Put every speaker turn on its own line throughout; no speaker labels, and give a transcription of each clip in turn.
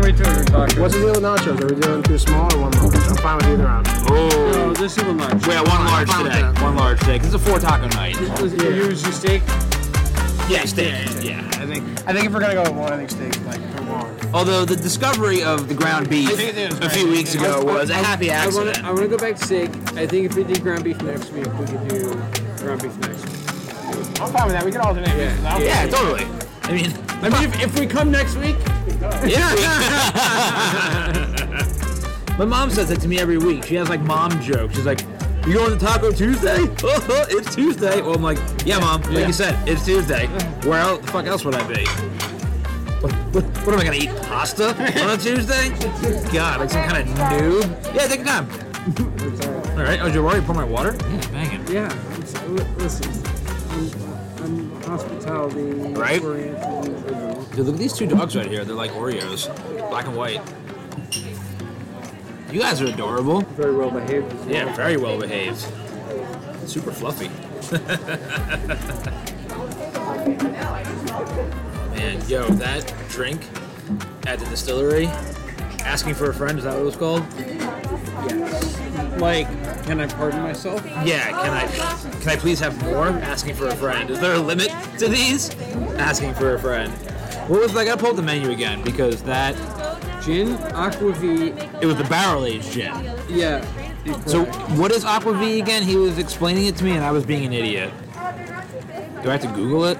tacos.
What's the deal with nachos? Are we doing two small or one large? I'm fine with either option.
No,
Oh.
just do one large.
We had one large
fine with
today.
that.
One large today. 'cause it's a four taco night.
Was it- You use your steak.
Yeah, steak. Yeah.
I think I think if we're gonna go with one, I think steaks like come on.
Although the discovery of the ground beef
I think it is
a few
right.
weeks ago was a happy
I wanna,
accident.
I wanna go back to steak. I think if we did ground beef next week, we could do ground beef next week.
I'm fine with that. We can alternate.
Yeah.
Yeah.
Yeah.
Yeah, totally. I mean,
I mean, if, if we come next week,
my mom says that to me every week. She has like mom jokes. She's like, "You going to Taco Tuesday? Oh, it's Tuesday." Well, I'm like, "Yeah, mom. Like
Yeah.
you said, it's Tuesday. Where el the fuck else would I be? What, what, what am I gonna eat? Pasta on a Tuesday? God, like some kind of noob. Yeah, take your time. All right. Oh, did you already pour my water? Yeah, banging.
yeah. It's, li- listen, I'm, I'm hospitality
Right.
oriented individual.
Dude, look at these two dogs right here. They're like Oreos, black and white. You guys are adorable.
Very well behaved. As well.
Yeah, very well behaved. Super fluffy. Man, yo, that drink at the distillery, asking for a friend, is that what it was called?
Like, can I pardon myself?
Yeah, can I can I please have more? Asking for a friend. Is there a limit to these? Asking for a friend. What was I gotta pull up the menu again because that
Gin, aquavit.
it was the barrel aged gin.
Yeah.
So what is Aqua V again? He was explaining it to me, and I was being an idiot. Do I have to Google it?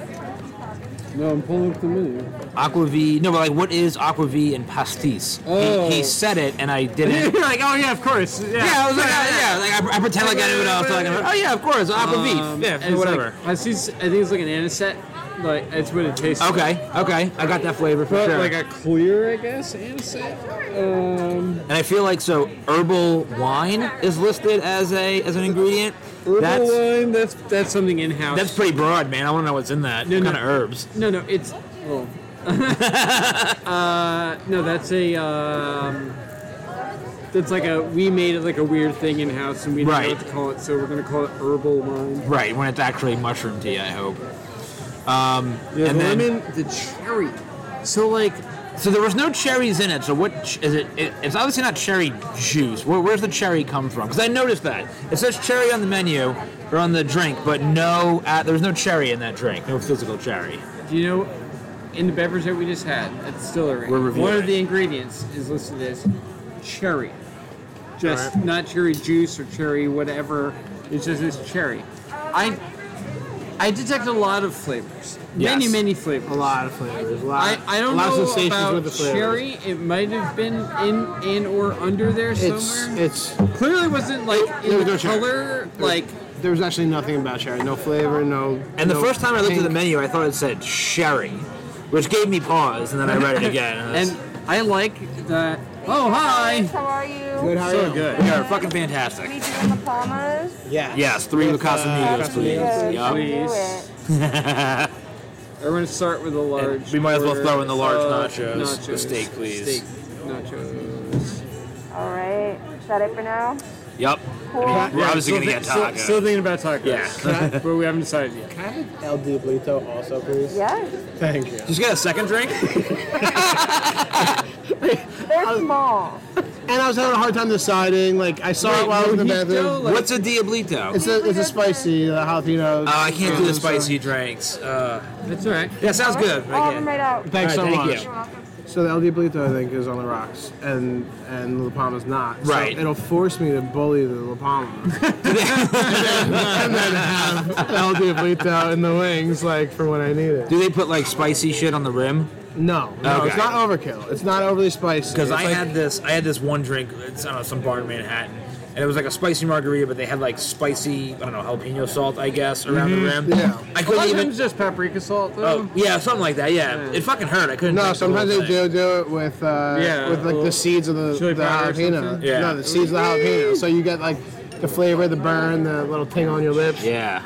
no, I'm pulling up the menu.
Aqua V. No, but like, what is Aqua V and pastis?
Oh.
He, he said it, and I didn't.
You're like, oh yeah, of course. Yeah.
yeah, I was like, oh, yeah, like I, I pretend like I knew what I was talking about. Oh yeah, of course, Aqua V. Yeah,
Um, it's
whatever.
Like, I see. I think it's like an anisette. Like it's what it tastes. like.
Okay, okay, I got that flavor for
But
sure.
like a clear, I guess, anisette. Um,
and I feel like so herbal wine is listed as a as an ingredient.
herbal
that's
wine. That's that's something in house.
that's pretty broad, man. I want to know what's in that.
No,
what
no.
kind of herbs?
no, no. It's well. uh, no, that's a. Um, that's like a. We made it like a weird thing in house, and we didn't
Right.
know what to call it, so we're gonna call it herbal wine.
Right, when it's actually mushroom tea, I hope. Um,
Yeah,
and
the
then,
lemon, the cherry. So like,
so there was no cherries in it. So what ch- is it? it it's obviously not cherry juice. Where, where's the cherry come from? Because I noticed that it says cherry on the menu or on the drink, but no, uh, there's no cherry in that drink. No physical cherry.
do you know, in the beverage that we just had at the distillery,
We're reviewing.
one of the ingredients is listed as cherry. Just
Alright.
not cherry juice or cherry whatever. It's just this cherry. I I detect a lot of flavors. Many
Yes.
many flavors.
A lot of flavors. A lot.
I, I don't
a lot
know
of sensations
about
with the flavors.
cherry. It might have been in and or under there
It's
somewhere.
it's
Clearly wasn't like
There
in
was
the
no cherry.
color. Like
there was actually nothing about cherry. No flavor. No.
And the
no
first time I looked at the
pink.
menu, I thought it said sherry, which gave me pause. And then I read it again. And, I was-
and I like that. Oh hi.
How are you?
Oh, Good, how are
So
you?
good.
they are fucking
We
fantastic.
doing the Palmas?
Yeah.
Yes, three
With, uh,
Lucas Amigos, please.
Yes,
Yup.
we do
Please.
it.
We're gonna start with a large.
we might as well
order
throw in the large
of
nachos.
nachos.
The steak, please.
Steak nachos.
All right. Is that it for now?
Yup.
Cool.
We're obviously gonna
still
get
thi- still-
tacos.
Still, thinking about tacos.
Yeah.
Can I- but we haven't decided yet.
Can I have El Diablito also, please?
Yes.
Thank you.
Just get a second drink.
They're small.
And I was having a hard time deciding. Like I saw it while I was in the
mojito,
bathroom.
like-
What's a diablito?
It's a it's a spicy the jalapeno.
Oh, I can't do the spicy drinks. Uh,
That's all right.
yeah, sounds good.
I'll
Oh,
I
have
get
them
it.
right out.
Thanks
All
so
right, thank
much.
you.
You're welcome.
So the El Diablito, I think, is on the rocks, and and La Palma's not. So
Right.
it'll force me to bully the La Palma, and, then, and then have El Diablito in the wings, like for when I need it.
Do they put like spicy shit on the rim?
No, no,
Okay.
it's not overkill. It's not overly spicy.
Because
It's
I
like-
had this, I had this one drink. uh, It's I don't know, some bar in Manhattan, and it was like a spicy margarita, but they had like spicy, I don't know, jalapeno salt, I guess, around the rim.
yeah.
I
A lot
couldn't
of
even.
times just paprika salt though.
Oh, yeah, something like that. Yeah, it fucking hurt. I couldn't.
No,
drink the whole
sometimes they
thing.
do do it with uh,
Yeah,
with like
well,
the seeds of the,
chili
the
powder or
jalapeno.
something.
Yeah.
No, the seeds of the jalapeno. So you get like the flavor, the burn, the little ting on your lips.
Yeah.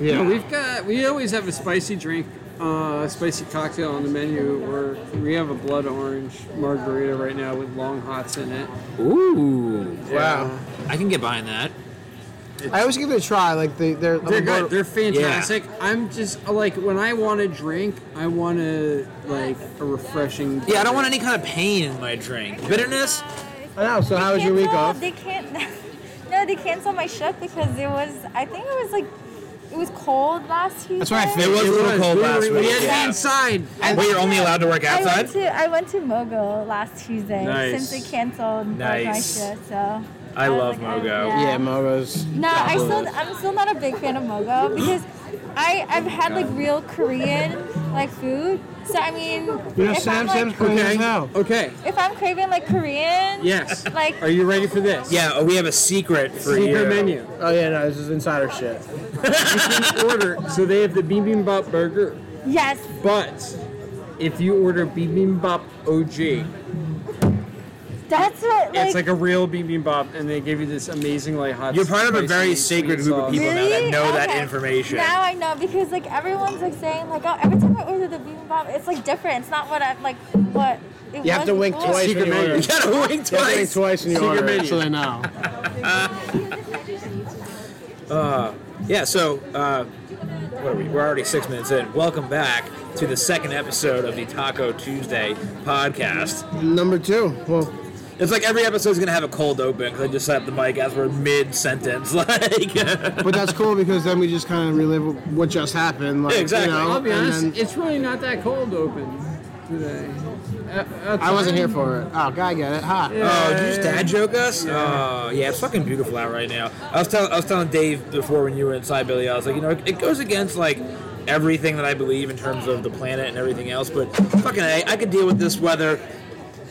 Yeah.
No, we've got. We always have a spicy drink, uh, spicy cocktail on the menu, or we have a blood orange margarita right now with long hots in it. Uh,
Ooh.
Wow.
I can get behind that.
I always give it a try. Like they, they're
They're good. They're fantastic.
Yeah.
I'm just like when I want to drink, I want to like a refreshing.
Yeah, I don't want any kind of pain in my drink. Bitterness?
I know. So how was your week
Cancel-
off?
They can't. No, they canceled my shift because it was. I think it was like it was cold last Tuesday.
That's what I feel.
It was a little cold
We were-
last
we
week.
had to be
Yeah.
inside.
Well, you're only allowed to work
I
outside?
went to I went to Mogo last Tuesday
Nice.
since they canceled like, my
Nice.
shift. So
I
was
love
like,
Mogo.
oh,
Yeah, Mogo's.
No, I still I'm still not a big fan of Mogo because I I've had like real Korean like food. So I mean,
You know,
if
Sam,
I'm, like,
Sam's putting us out.
Okay.
if I'm craving like Korean,
Yes.
like
Are you ready for this?
Yeah, we have a secret for
Secret
you.
menu.
Oh yeah, no, this is insider shit.
order. So they have the bibimbap burger,
yes,
but if you order bibimbap OG,
that's what like,
it's like a real bibimbap, and they give you this amazing like hot.
You're part of a
spicy
very
sweet
sacred group of
sauce.
people. now that
Really?
know that information.
Now I know because like everyone's like saying like oh every time I order the bibimbap it's like different. It's not what I like what it
You have
was
to wink
before.
twice.
Secret
when you order.
menu.
you gotta
You
wink
have to wink
twice.
twice when you
Secret
order,
menu.
so they know.
Oh
Yeah, so uh, what are we? We're already six minutes in. Welcome back to the second episode of the Taco Tuesday podcast.
Number two. Well,
It's like every episode's gonna have a cold open because I just set up the mic as we're mid sentence. Like,
but that's cool because then we just kind of relive what just happened. Like,
Yeah, exactly.
You know,
I'll be
and
honest,
then-
it's really not that cold open today. Uh,
I wasn't here for it. Oh, I get it. Ha.
oh, did you just dad joke us? Oh, yeah, it's fucking beautiful out right now. I was telling I was telling Dave before when you were inside Billy. I was like, you know, it, it goes against like everything that I believe in terms of the planet and everything else. But fucking, I, I could deal with this weather.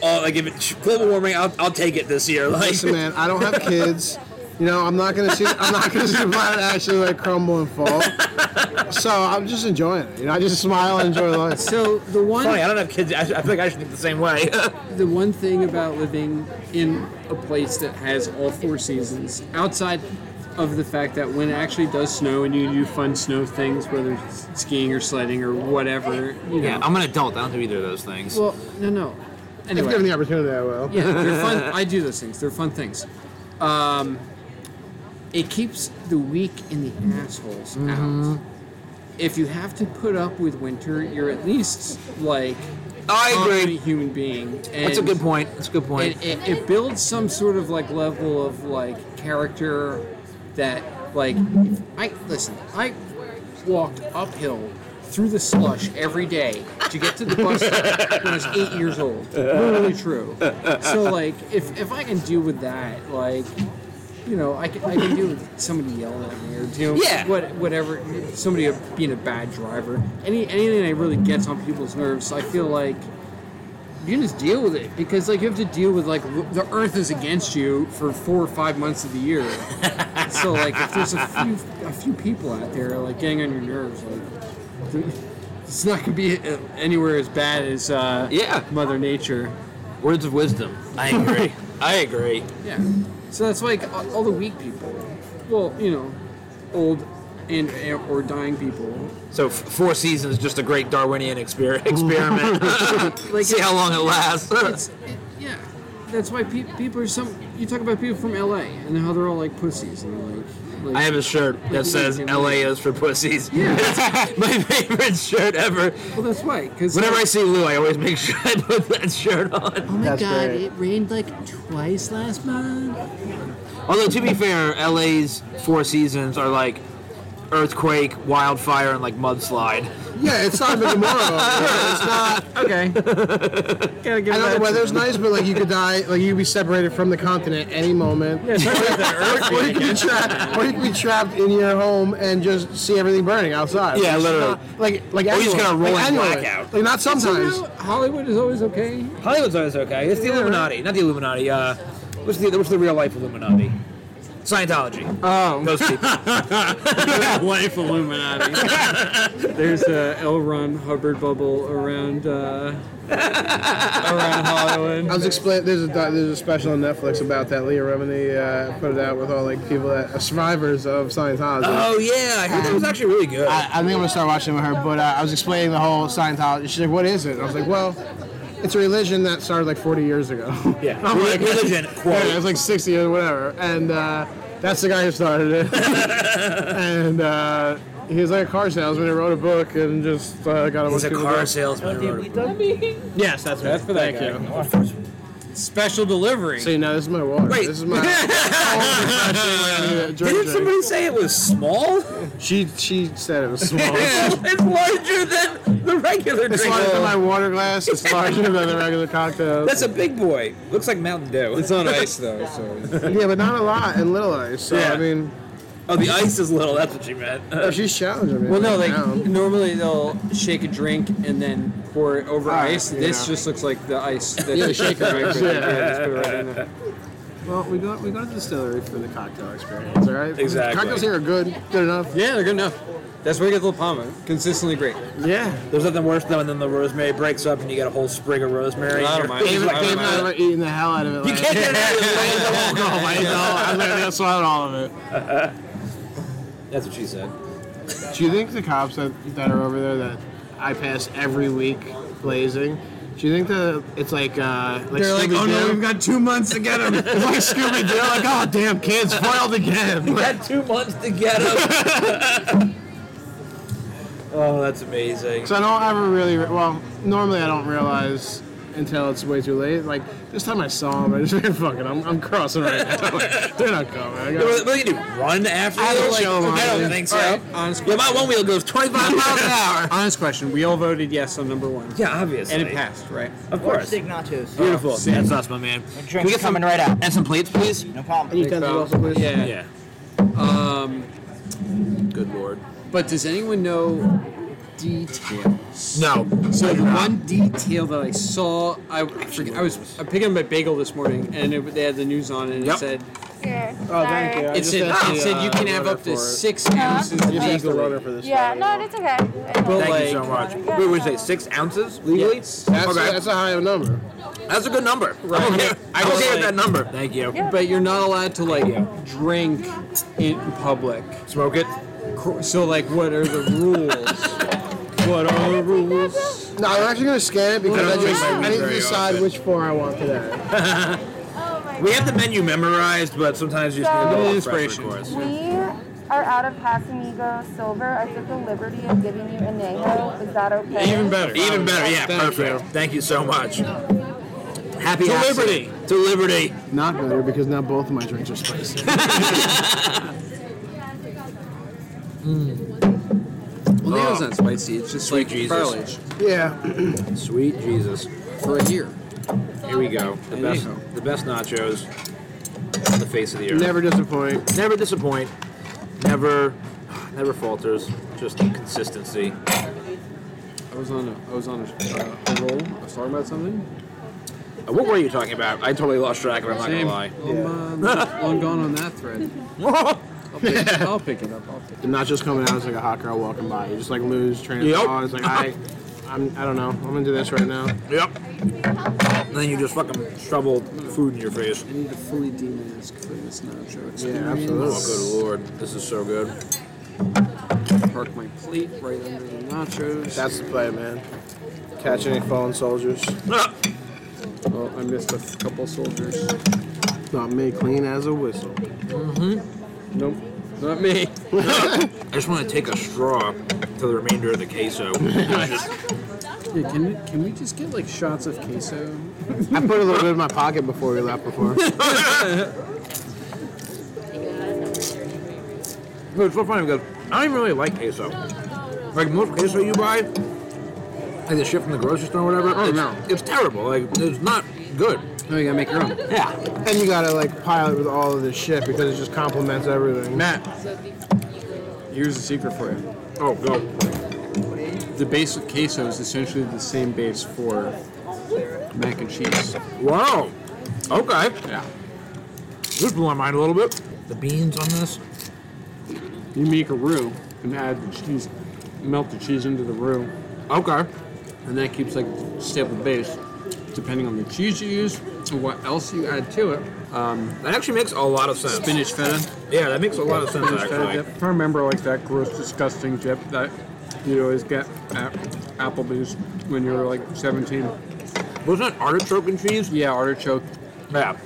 All like if it global warming, I'll, I'll take it this year. Like,
Listen, man, I don't have kids. You know, I'm not gonna see. I'm not gonna see the planet actually like crumble and fall. So I'm just enjoying it. You know, I just smile and enjoy life.
So the one
funny. I don't have kids. I, I feel like I should think the same way.
the one thing about living in a place that has all four seasons, outside of the fact that when it actually does snow and you do fun snow things, whether it's skiing or sledding or whatever, you know.
an adult. I don't do either of those things.
well, no, no.
If given
Anyway,
the opportunity, I will.
yeah, they're fun. I do those things. They're fun things. Um, it keeps the weak and the assholes
Mm-hmm.
out. If you have to put up with winter, you're at least like
I agree.
competent human being.
That's a
and-
good point. That's a good point.
it, it, it builds some sort of like level of like character that like if I listen I walked uphill through the slush every day to get to the bus stop when I was eight years old really true so like if, if I can deal with that like you know I can, I can deal with somebody yelling at me or deal
Yeah.
what whatever somebody being a bad driver any anything that really gets on people's nerves I feel like you just deal with it because like you have to deal with like w- the earth is against you for four or five months of the year so like if there's a few a few people out there like getting on your nerves like th- it's not gonna be uh, anywhere as bad as uh,
Yeah.
mother nature
Words of wisdom. I agree. I agree.
yeah so that's like a- all the weak people well you know old and and- or dying people
So f- four seasons is just a great Darwinian exper- experiment.
like
See how long it lasts.
it's it, yeah. That's why pe- people are some. You talk about people from LA and how they're all like pussies and like. like
I have a shirt that says "LA is for pussies."
Yeah.
It's my favorite shirt ever.
well, that's why. Because
Whenever I see Lou, I always make sure I put that shirt on.
Oh my
That's
god!
great.
It rained like twice last month.
Although to be fair, LA's four seasons are like earthquake, wildfire, and like mudslide.
Yeah, it's not even tomorrow. Yeah, it's not.
Okay. Gotta give
I know
that
the
to
weather's
them.
nice, but like you could die, like you could be separated from the continent any moment. or, you could be trapped, or you could be trapped in your home and just see everything burning outside.
Yeah,
It's
literally.
not- like, like
Or you
annually,
just gotta roll
like
in
annually.
blackout.
Like not sometimes.
Somehow, Hollywood is always okay.
Hollywood's always okay. It's the Illuminati, not the Illuminati. Uh, what's the what's the real life Illuminati? Scientology. Oh, those people.
Life Illuminati. There's a L. Ron Hubbard bubble around uh, around Hollywood.
I was explaining. There's a doc- there's a special on Netflix about that. Leah Remini uh, put it out with all like people that are survivors of Scientology.
oh yeah, I heard that was actually really good.
I, I think I'm gonna start watching it with her. But uh, I was explaining the whole Scientology. She's like, "What is it?" And I was like, "Well, it's a religion that started like 40 years ago."
Yeah.
I'm like,
Religion,
Yeah,
quote.
it was like 60 or whatever, and. Uh, That's the guy who started it. and uh, he was like a car salesman who wrote a book and just uh, got a bunch
He's a
of people
car
to-
salesman. who wrote a book.
Yes, that's right.
That's for that
Thank
guy.
you.
Special delivery.
See, now this is my water.
Wait.
This is my. Drink,
Didn't
drink.
somebody say it was small?
She she said it was small.
it's larger than the regular
It's
drink.
larger than my water glass. It's larger than the regular cocktails.
That's a big boy. Looks like Mountain Dew.
It's on ice though, so
yeah, but not a lot and little ice. So
Yeah.
I mean,
Oh, the ice is little. That's what she meant.
if she's challenging me.
Well, no,
right
like
now.
normally they'll shake a drink and then pour it over
Ah,
ice.
yeah.
This just looks like the ice that
Yeah,
they shake a drink. with.
yeah.
just put it right in there.
Well, we go we go to the distillery for the cocktail experience. All right.
Exactly.
Cocktails here are good, good enough.
Yeah, they're good enough. That's where you get La Palma. Consistently great.
Yeah.
There's nothing worse though than the rosemary breaks up and you get a whole sprig of rosemary.
I don't
in your
mind.
face.
David,
I don't
David and I were eating the hell out of it.
You
last
can't
night.
get it out of your face.
No, I know. I literally swallowed all of it.
That's what she said.
Do you think the cops that, that are over there that I pass every week blazing? Do you think that it's like uh like
They're like, oh no,
Scooby-Doo?"
we've got two months to get them.
It's like Scooby Doo, like oh damn kids foiled again.
We had two months to get them. oh, that's amazing.
So I don't ever really well normally I don't realize until it's way too late. Like this time I saw him, I just like fuck it, I'm, I'm crossing right now. Like, they're not coming. I got-
What do you do? Run after
I
them?
don't show 'em
I don't
either.
think so.
All right, honest
yeah, my one wheel goes 25 miles an hour.
Honest question. We all voted yes on number one.
Yeah, obviously.
And it passed, right? Uh,
Of
Pork
course.
stick nachos.
Beautiful. That's us, my man.
Drinks
Can we get some-
coming right out.
And some plates, please.
No problem.
Can you tell me also, please?
Yeah.
Yeah. Um. Good lord.
But does anyone know details?
No.
So the one detail that I saw, I, I forget. I was I picking up my bagel this morning, and it, they had the news on it, and
Yep.
it said
Here.
Oh, thank you. I
it
just
said,
had
it
the,
said
uh,
you can have
order
up
for
to
it.
six
Yeah.
ounces
I
of
just asked the
bagel.
order for this.
Yeah,
guy.
no, it's okay.
But
Thank
like,
you so much.
Yeah.
Wait, what did you say? Six ounces legally?
Yes.
That's,
okay.
that's a high number.
That's a good number.
Right.
I'm okay,
I
I'm
was
okay
like-
with that number. Thank you.
Yeah.
but you're not allowed to like drink in public.
Smoke it.
Cor- So like, what are the rules? what are the rules?
No, I'm actually gonna scan it because I,
don't
just
drink
I need to
very
decide
often.
which four I want today.
Oh my
We have the menu memorized, but sometimes you just need a little inspiration.
Inspiration.
Course.
We are out of Pasamigo Silver. I took the liberty of giving you añejo. Is that okay?
Even better.
Even better. Yeah,
Thank
perfect. Thank you so much. Happy
To
accident.
liberty.
To liberty.
Not better because now both of my drinks are spicy.
Well, bagels not spicy. It's just like
Jesus.
garlic
yeah.
Sweet Jesus.
for a year.
Here we go. The
There you
best,
go.
the best nachos on the face of the earth.
Never disappoint.
never disappoint. Never, never falters. Just consistency.
I was on a I was on a, uh, a roll. I was talking about something.
Uh, What were you talking about? I totally lost track. of it, I'm not gonna lie.
I'm, uh, long gone on that thread. I'll pick, I'll pick it up. I'll pick
The nachos coming out is like a hot girl walking by. You just like lose train of
Yep.
thought. It's like I, I'm, I don't know. I'm gonna do this right now.
Yep. And then you just fucking shovel food in your face.
I need to fully demask for this nacho experience.
absolutely.
Oh, good lord. This is so good.
Park my plate right under the nachos.
That's the play, man. Catch any fallen soldiers.
Ah,
oh, I missed a couple soldiers.
Not me, clean as a whistle.
Nope, not me.
I just want to take a straw to the remainder of the queso. Just-
Yeah, can we, can we just get like shots of queso?
I put a little bit in my pocket before we left before.
Dude, it's so funny because I don't even really like queso. Like most queso you buy, like the shit from the grocery store or whatever,
Oh,
it's,
no.
it's terrible. Like, it's not good.
No, you gotta make your own.
Yeah.
and you gotta like pile it with all of this shit because it just complements everything.
Matt, here's a secret for you.
Oh, go.
The base of queso is essentially the same base for mac and cheese.
Wow. Okay.
Yeah.
This blew my mind a little bit. The beans on this.
You make a roux and add the cheese, melt the cheese into the roux,
Okay.
and that keeps like a stable base. Depending on the cheese you use and what else you add to it,
That actually makes a lot of sense.
spinach feta.
Yeah, that makes a lot of sense,
Spinach feta
actually.
dip. I remember like that gross, disgusting dip that you always get at Applebee's when you were like 17.
Wasn't that artichoke and cheese?
Yeah, artichoke,
Yeah.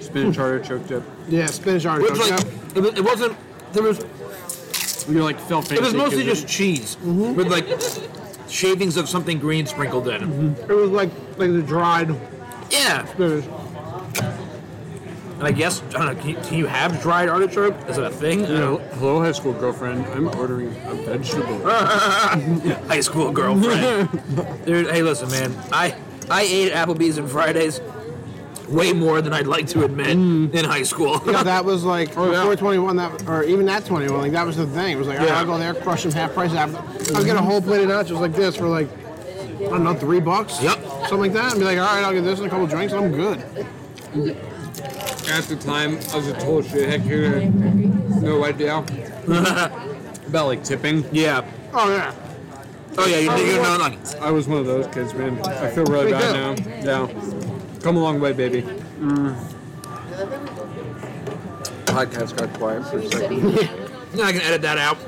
spinach artichoke dip.
Yeah, spinach
Which
artichoke.
like
yeah.
it, was, it wasn't. There was
You're like felt fancy.
it was mostly
'cause
just cheese with like shavings of something green sprinkled in.
Mm-hmm. It was like like the dried
Yeah,
spinach.
and I guess I don't know. Can you, can you have dried artichoke? Is that a thing? I
you know,
don't know.
Mm-hmm. hello, high school girlfriend. I'm ordering a vegetable.
High school girlfriend. Dude, hey, listen, man. I I ate at Applebee's and Fridays way more than I'd like to admit
Mm.
in high school.
Oh, Yeah, that was like or
yeah.
421. That or even that 21. Like that was the thing. It was like all right,
Yeah.
I'll go there, crush them half price. I will get a whole plate of nachos like this for like I don't know three bucks.
Yep.
Something like that. And be like, all right, I'll get this and a couple drinks. I'm good.
At the time, I was a total shithead kid. No idea.
About like tipping.
yeah.
Oh yeah.
Oh yeah, you think you're not like
I was one of those kids, man. I feel really
Wake
bad now. Yeah. Come a long way, baby.
Mm.
Podcast got quiet for a second.
Yeah, I can edit that out.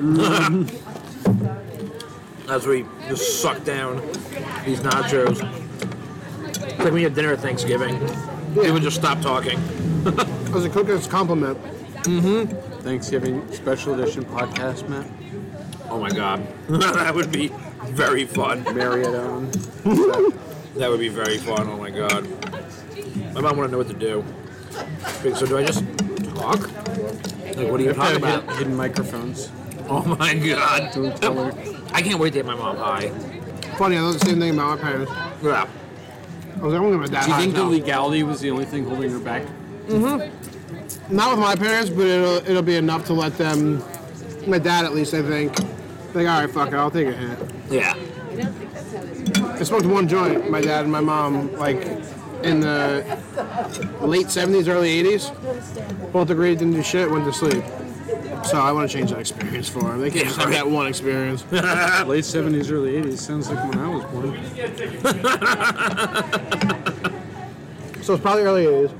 As we just suck down these nachos. It's like when you have dinner at Thanksgiving. People just stop talking.
As a cook, it's a compliment.
Thanksgiving special edition podcast, Matt.
Oh my god. that would be very fun.
Marry it on.
That would be very fun. Oh my god. My mom want to know what to do. Wait, So do I just talk? Like, what do you talk about?
Hidden, hidden microphones.
Oh my god.
Don't tell her.
I can't wait to get my mom high.
Funny, I thought the same thing about my parents.
Yeah.
I was like, I'm gonna get my dad
Do you
high
think the
now.
legality was the only thing holding her back?
Not with my parents, but it'll it'll be enough to let them. My dad, at least, I think. Like, all right, fuck it, I'll take a hit.
Yeah.
I smoked one joint. My dad and my mom, like, in the late '70s, early '80s, both agreed didn't do shit, went to sleep. So I want to change that experience for them. They can't just have that one experience.
Late 70s, early 80s. Sounds like when I was born.
So it's probably early '80s.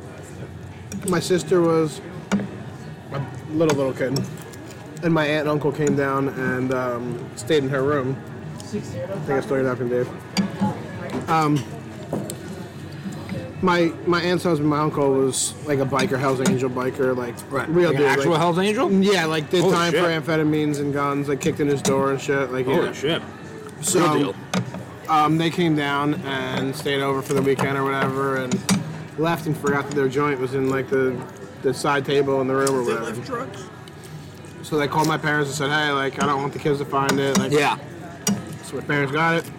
My sister was a little little kid, and my aunt and uncle came down and um, stayed in her room. I think I started after Dave. Um, my my aunt's husband, my uncle, was like a biker, Hell's Angel biker, like real
Like
dude.
an actual
like-
Hell's Angel?
Mm, yeah, like did
Holy
time
shit.
for amphetamines and guns, like kicked in his door and shit. Like yeah.
Holy shit.
So,
Real deal.
Um, they came down and stayed over for the weekend or whatever, and left and forgot that their joint was in like the, the side table in the room or whatever. So they called my parents and said, "Hey, like I don't want the kids to find it." Like,
Yeah.
So my parents got it.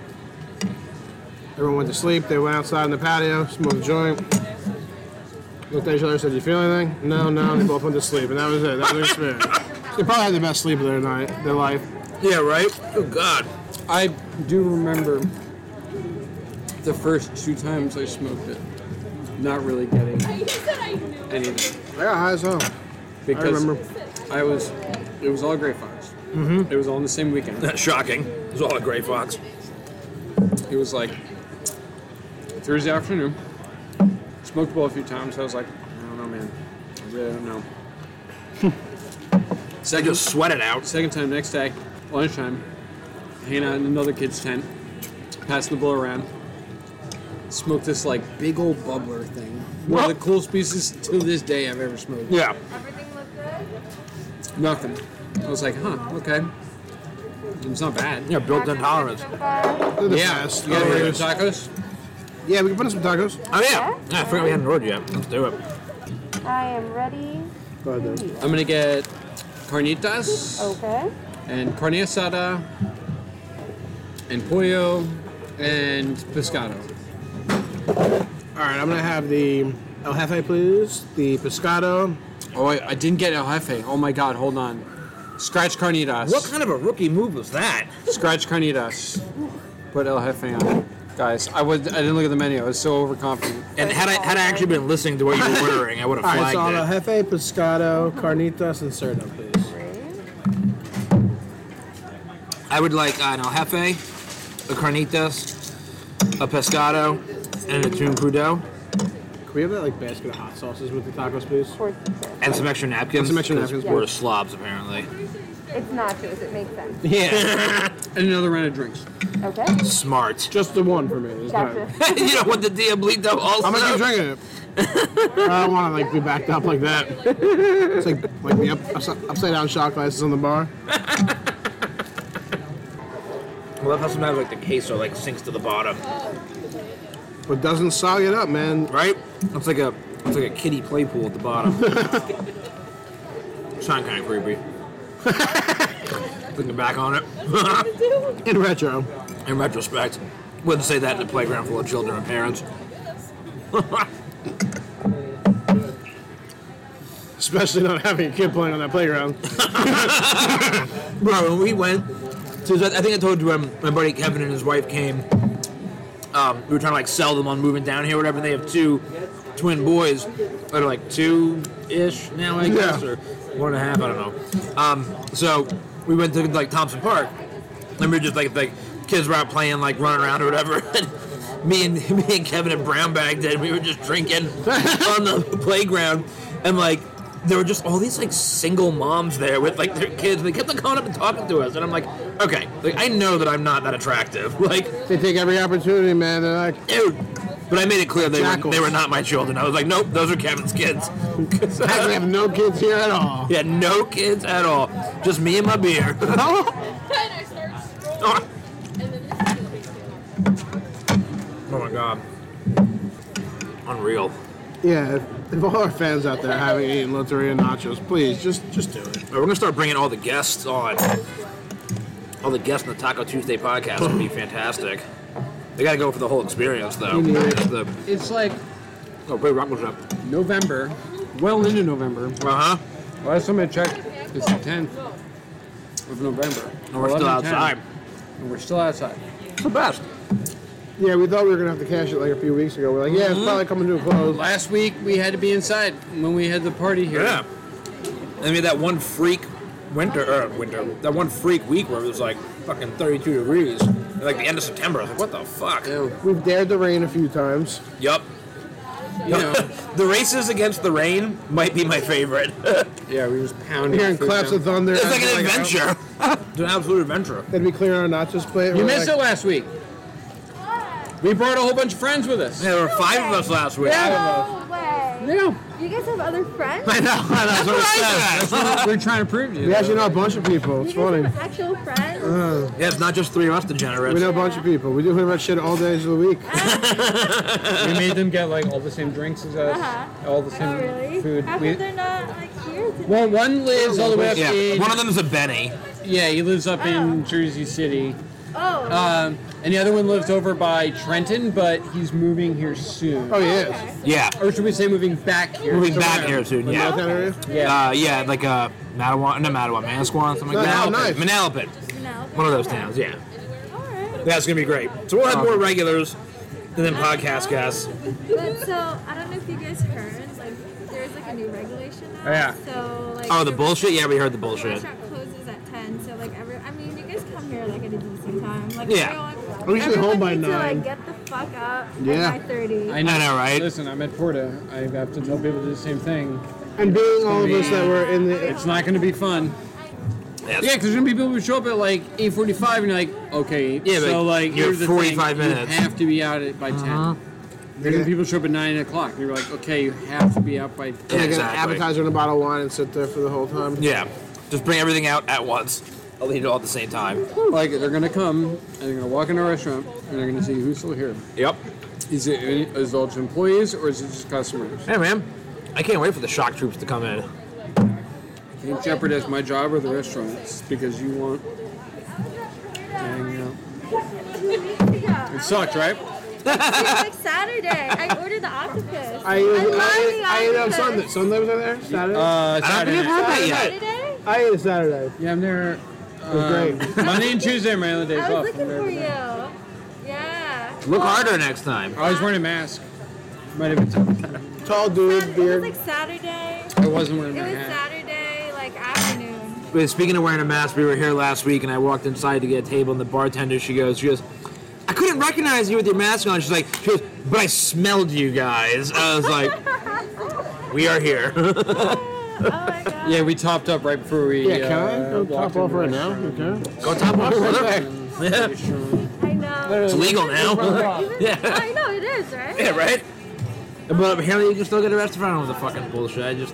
Everyone went to sleep. They went outside in the patio, smoked a joint. Looked at each other, said, "You feel anything?" No, no. They both went to sleep, and that was it. That was their experience. They probably had the best sleep of their night, their life.
Yeah, right? Oh god.
I do remember the first two times I smoked it, not really getting anything
I got high as hell.
because I,
remember.
was. It was all Grey Fox. It was all on the same weekend.
That's shocking. It's all a Grey Fox.
It was like Thursday afternoon. Smoked the ball a few times. I was like, I don't know, man. I really don't know.
I
second,
just sweat it out.
second time next day, lunchtime, hanging out in another kid's tent, passing the blow around. Smoked this like big old bubbler thing. One of the coolest pieces to this day I've ever smoked.
Yeah.
Nothing. I was like, huh, okay. It's not bad.
Yeah, built in tolerance.
They're the
Yeah.
best.
You got
Yeah.
any tacos?
Yeah, we can put in some tacos.
Oh yeah. Yeah, I forgot we hadn't ordered yet. Let's do it.
I am ready.
I'm gonna get carnitas.
Okay.
and carne asada and pollo and pescado.
All right, I'm gonna have the El Jefe, please. The pescado.
Oh, I, I didn't get el jefe. Oh my god, hold on. Scratch carnitas.
What kind of a rookie move was that?
Scratch carnitas. Put el jefe on it. Guys, I was I didn't look at the menu. I was so overconfident.
And had I had I actually been listening to what you were ordering, I would have
All right,
flagged
so
it.
El Jefe, pescado, carnitas, and cerdo, please. uh,
I would like an el jefe, a carnitas, a pescado, and a tune crudo,
Can we have that like basket of hot sauces with the tacos, please?
and some extra
And
napkins.
some extra
'cause
napkins.
We're slobs apparently.
It's nachos. It makes sense.
Yeah. and another round of drinks.
Okay.
Smart.
Just the one for me. There's no-
Gotcha.
you don't want the Diablito also.
I'm gonna keep drinking it. I don't want to like be backed up like that. It's like like the up, upside, upside down shot glasses on the bar.
I love how sometimes like the queso like sinks to the bottom,
But doesn't sog it up, man.
right? It's like a it's like a kiddie play pool at the bottom. Sound kind of creepy. Looking back on it.
In retro.
In retrospect, wouldn't say that in a playground full of children and parents.
Especially not having a kid playing on that playground.
Bro, when we went, so I think I told you um, my buddy Kevin and his wife came. Um, we were trying to like sell them on moving down here, or whatever. And they have two twin boys that are like two ish now, I guess,
Yeah.
or one and a half. I don't know. Um, so we went to like Thompson Park, and we were just like like kids were out playing, like running around or whatever. And me and me and Kevin and Brown bagged it. and We were just drinking on the playground, and like there were just all these like single moms there with like their kids. And they kept like coming up and talking to us, and I'm like, okay, like I know that I'm not that attractive, like
They take every opportunity, man. They're like,
dude. But I made it clear they were,
Jackals.
they were not my children. I was like, nope, those are Kevin's kids. 'Cause
I
I
have no kids here at all.
had no kids at all, just me and my beer.
Oh,
Oh my god. Unreal.
yeah. If, if all our fans out there haven't eaten Loteria nachos, please just just do it.
Alright, We're gonna start bringing all the guests on. All the guests in the Taco Tuesday podcast would be fantastic. They gotta go for the whole experience though.
You need it.
Just the-
It's like
oh, wait, Rock was up.
November, well into November.
Uh huh.
Last time I checked, it's the 10th of November.
And we're still
11:10,
outside.
And we're still outside.
It's the best.
Yeah, we thought we were gonna have to cash it like a few weeks ago. We're like,
Mm-hmm.
yeah, it's probably coming to a close.
Last week we had to be inside when we had the party here.
Yeah. I mean that one freak winter er, winter that one freak week where it was like fucking 32 degrees and, like the end of September. I was like, what the fuck?
Ew.
We've dared the rain a few times.
Yup.
You know,
the races against the rain might be my favorite.
yeah, we just pounded.
Hearing
food
claps
down.
of thunder.
It's like an adventure. it's an absolute adventure.
Then we clear our nachos plate.
You
We're
missed
like,
it last week. We brought a whole bunch of friends with us.
There were five of us last week.
No way.
Yeah.
You guys have other friends?
I know, I know, that's what it says.
We're trying to prove to you.
We
though.
actually know a bunch of people.
You
It's
guys
funny.
have actual friends?
Uh,
Yeah, it's not just three of us
We
degenerates.
know a bunch of people. We do hear about shit all days of the week.
we made them get like all the same drinks as us,
Uh-huh.
all the
oh,
same
really?
food.
How come
We,
they're not like here today?
well, one lives all the way up
Yeah,
in.
one of them is a Benny.
yeah, he lives up
Oh.
in Jersey City.
oh,
Um, and the other one lives over by Trenton, but he's moving here soon.
Oh, yes.
okay.
Yeah,
Or should we say moving back here?
moving
So
back
we're-
here soon.
You
Yeah,
like that area?
Yeah.
uh, yeah, like a Matawan, not Matawan, Manasquan, something like that.
No,
Manalapan, Manalapan,
No.
one of those towns. Yeah,
All right.
that's gonna be great. So we'll have more regulars, and then podcast guests.
But so I don't know if you guys heard, like there's like a new regulation now.
Oh, yeah.
So like.
Oh, the bullshit. Yeah, we heard the
The
bullshit.
restaurant closes at ten, so like every. I mean, you guys come here like at a decent time. Like
Yeah.
Everyone,
I'm usually home
everyone
by
needs To,
nine.
like get the fuck up.
Yeah.
At 9:30.
know,
I know, right?
Listen, I'm at Porta. I have to tell people to do the same thing.
And being all of us that were in the.
It's not going to be fun.
Yeah,
Yeah, because there's gonna be people who show up at like 8:45, and you're like, okay,
Yeah, but
so like,
you have
here's the thing,
45 minutes.
You have to be out at by 10. There's gonna be people show up at 9 o'clock, and you're like, okay, you have to be out by. 10.
And I get an
Exactly.
appetizer and a bottle of wine and sit there for the whole time.
Yeah, just bring everything out at once. I'll eat it all at the same time.
Like they're gonna come, and they're gonna walk in a restaurant, and they're gonna see who's still here.
Yep.
Is it is it all just employees or is it just customers?
Hey, man. I can't wait for the shock troops to come in.
Can't jeopardize my job or the restaurants because you want. Dang, no. It sucks, right?
It's like Saturday. I ordered the octopus.
I, I,
love
I, I ate
the
on
octopus.
Sunday. Sundays are there? Saturday?
Uh,
I don't
Saturday.
think I've heard that yet.
Saturday?
I ate a Saturday.
Yeah, I'm there. um,
It was great.
Monday and Tuesday are my only days
I
off.
was looking
I'm there
for
every
you.
day.
Yeah.
Look harder next time.
I was Oh, wearing a mask. Might have been something.
Tall
Sat-
dude,
It was
beard.
like Saturday.
I wasn't wearing
It
my
was
hat.
Saturday, like afternoon.
But speaking of wearing a mask, we were here last week, and I walked inside to get a table, and the bartender, she goes, she goes, I couldn't recognize you with your mask on. She's like, she goes, but I smelled you guys. I was like, we are here.
Oh my god.
Yeah, we topped up right before we.
Yeah, can I
uh,
go
walked
top
in
off
the
right now?
restaurant.
Okay.
Go top off, brother.
Restaurant.
I now.
It's illegal now. yeah.
I know it is, right?
Yeah, right? But apparently you can still get arrested for all the fucking bullshit. I just,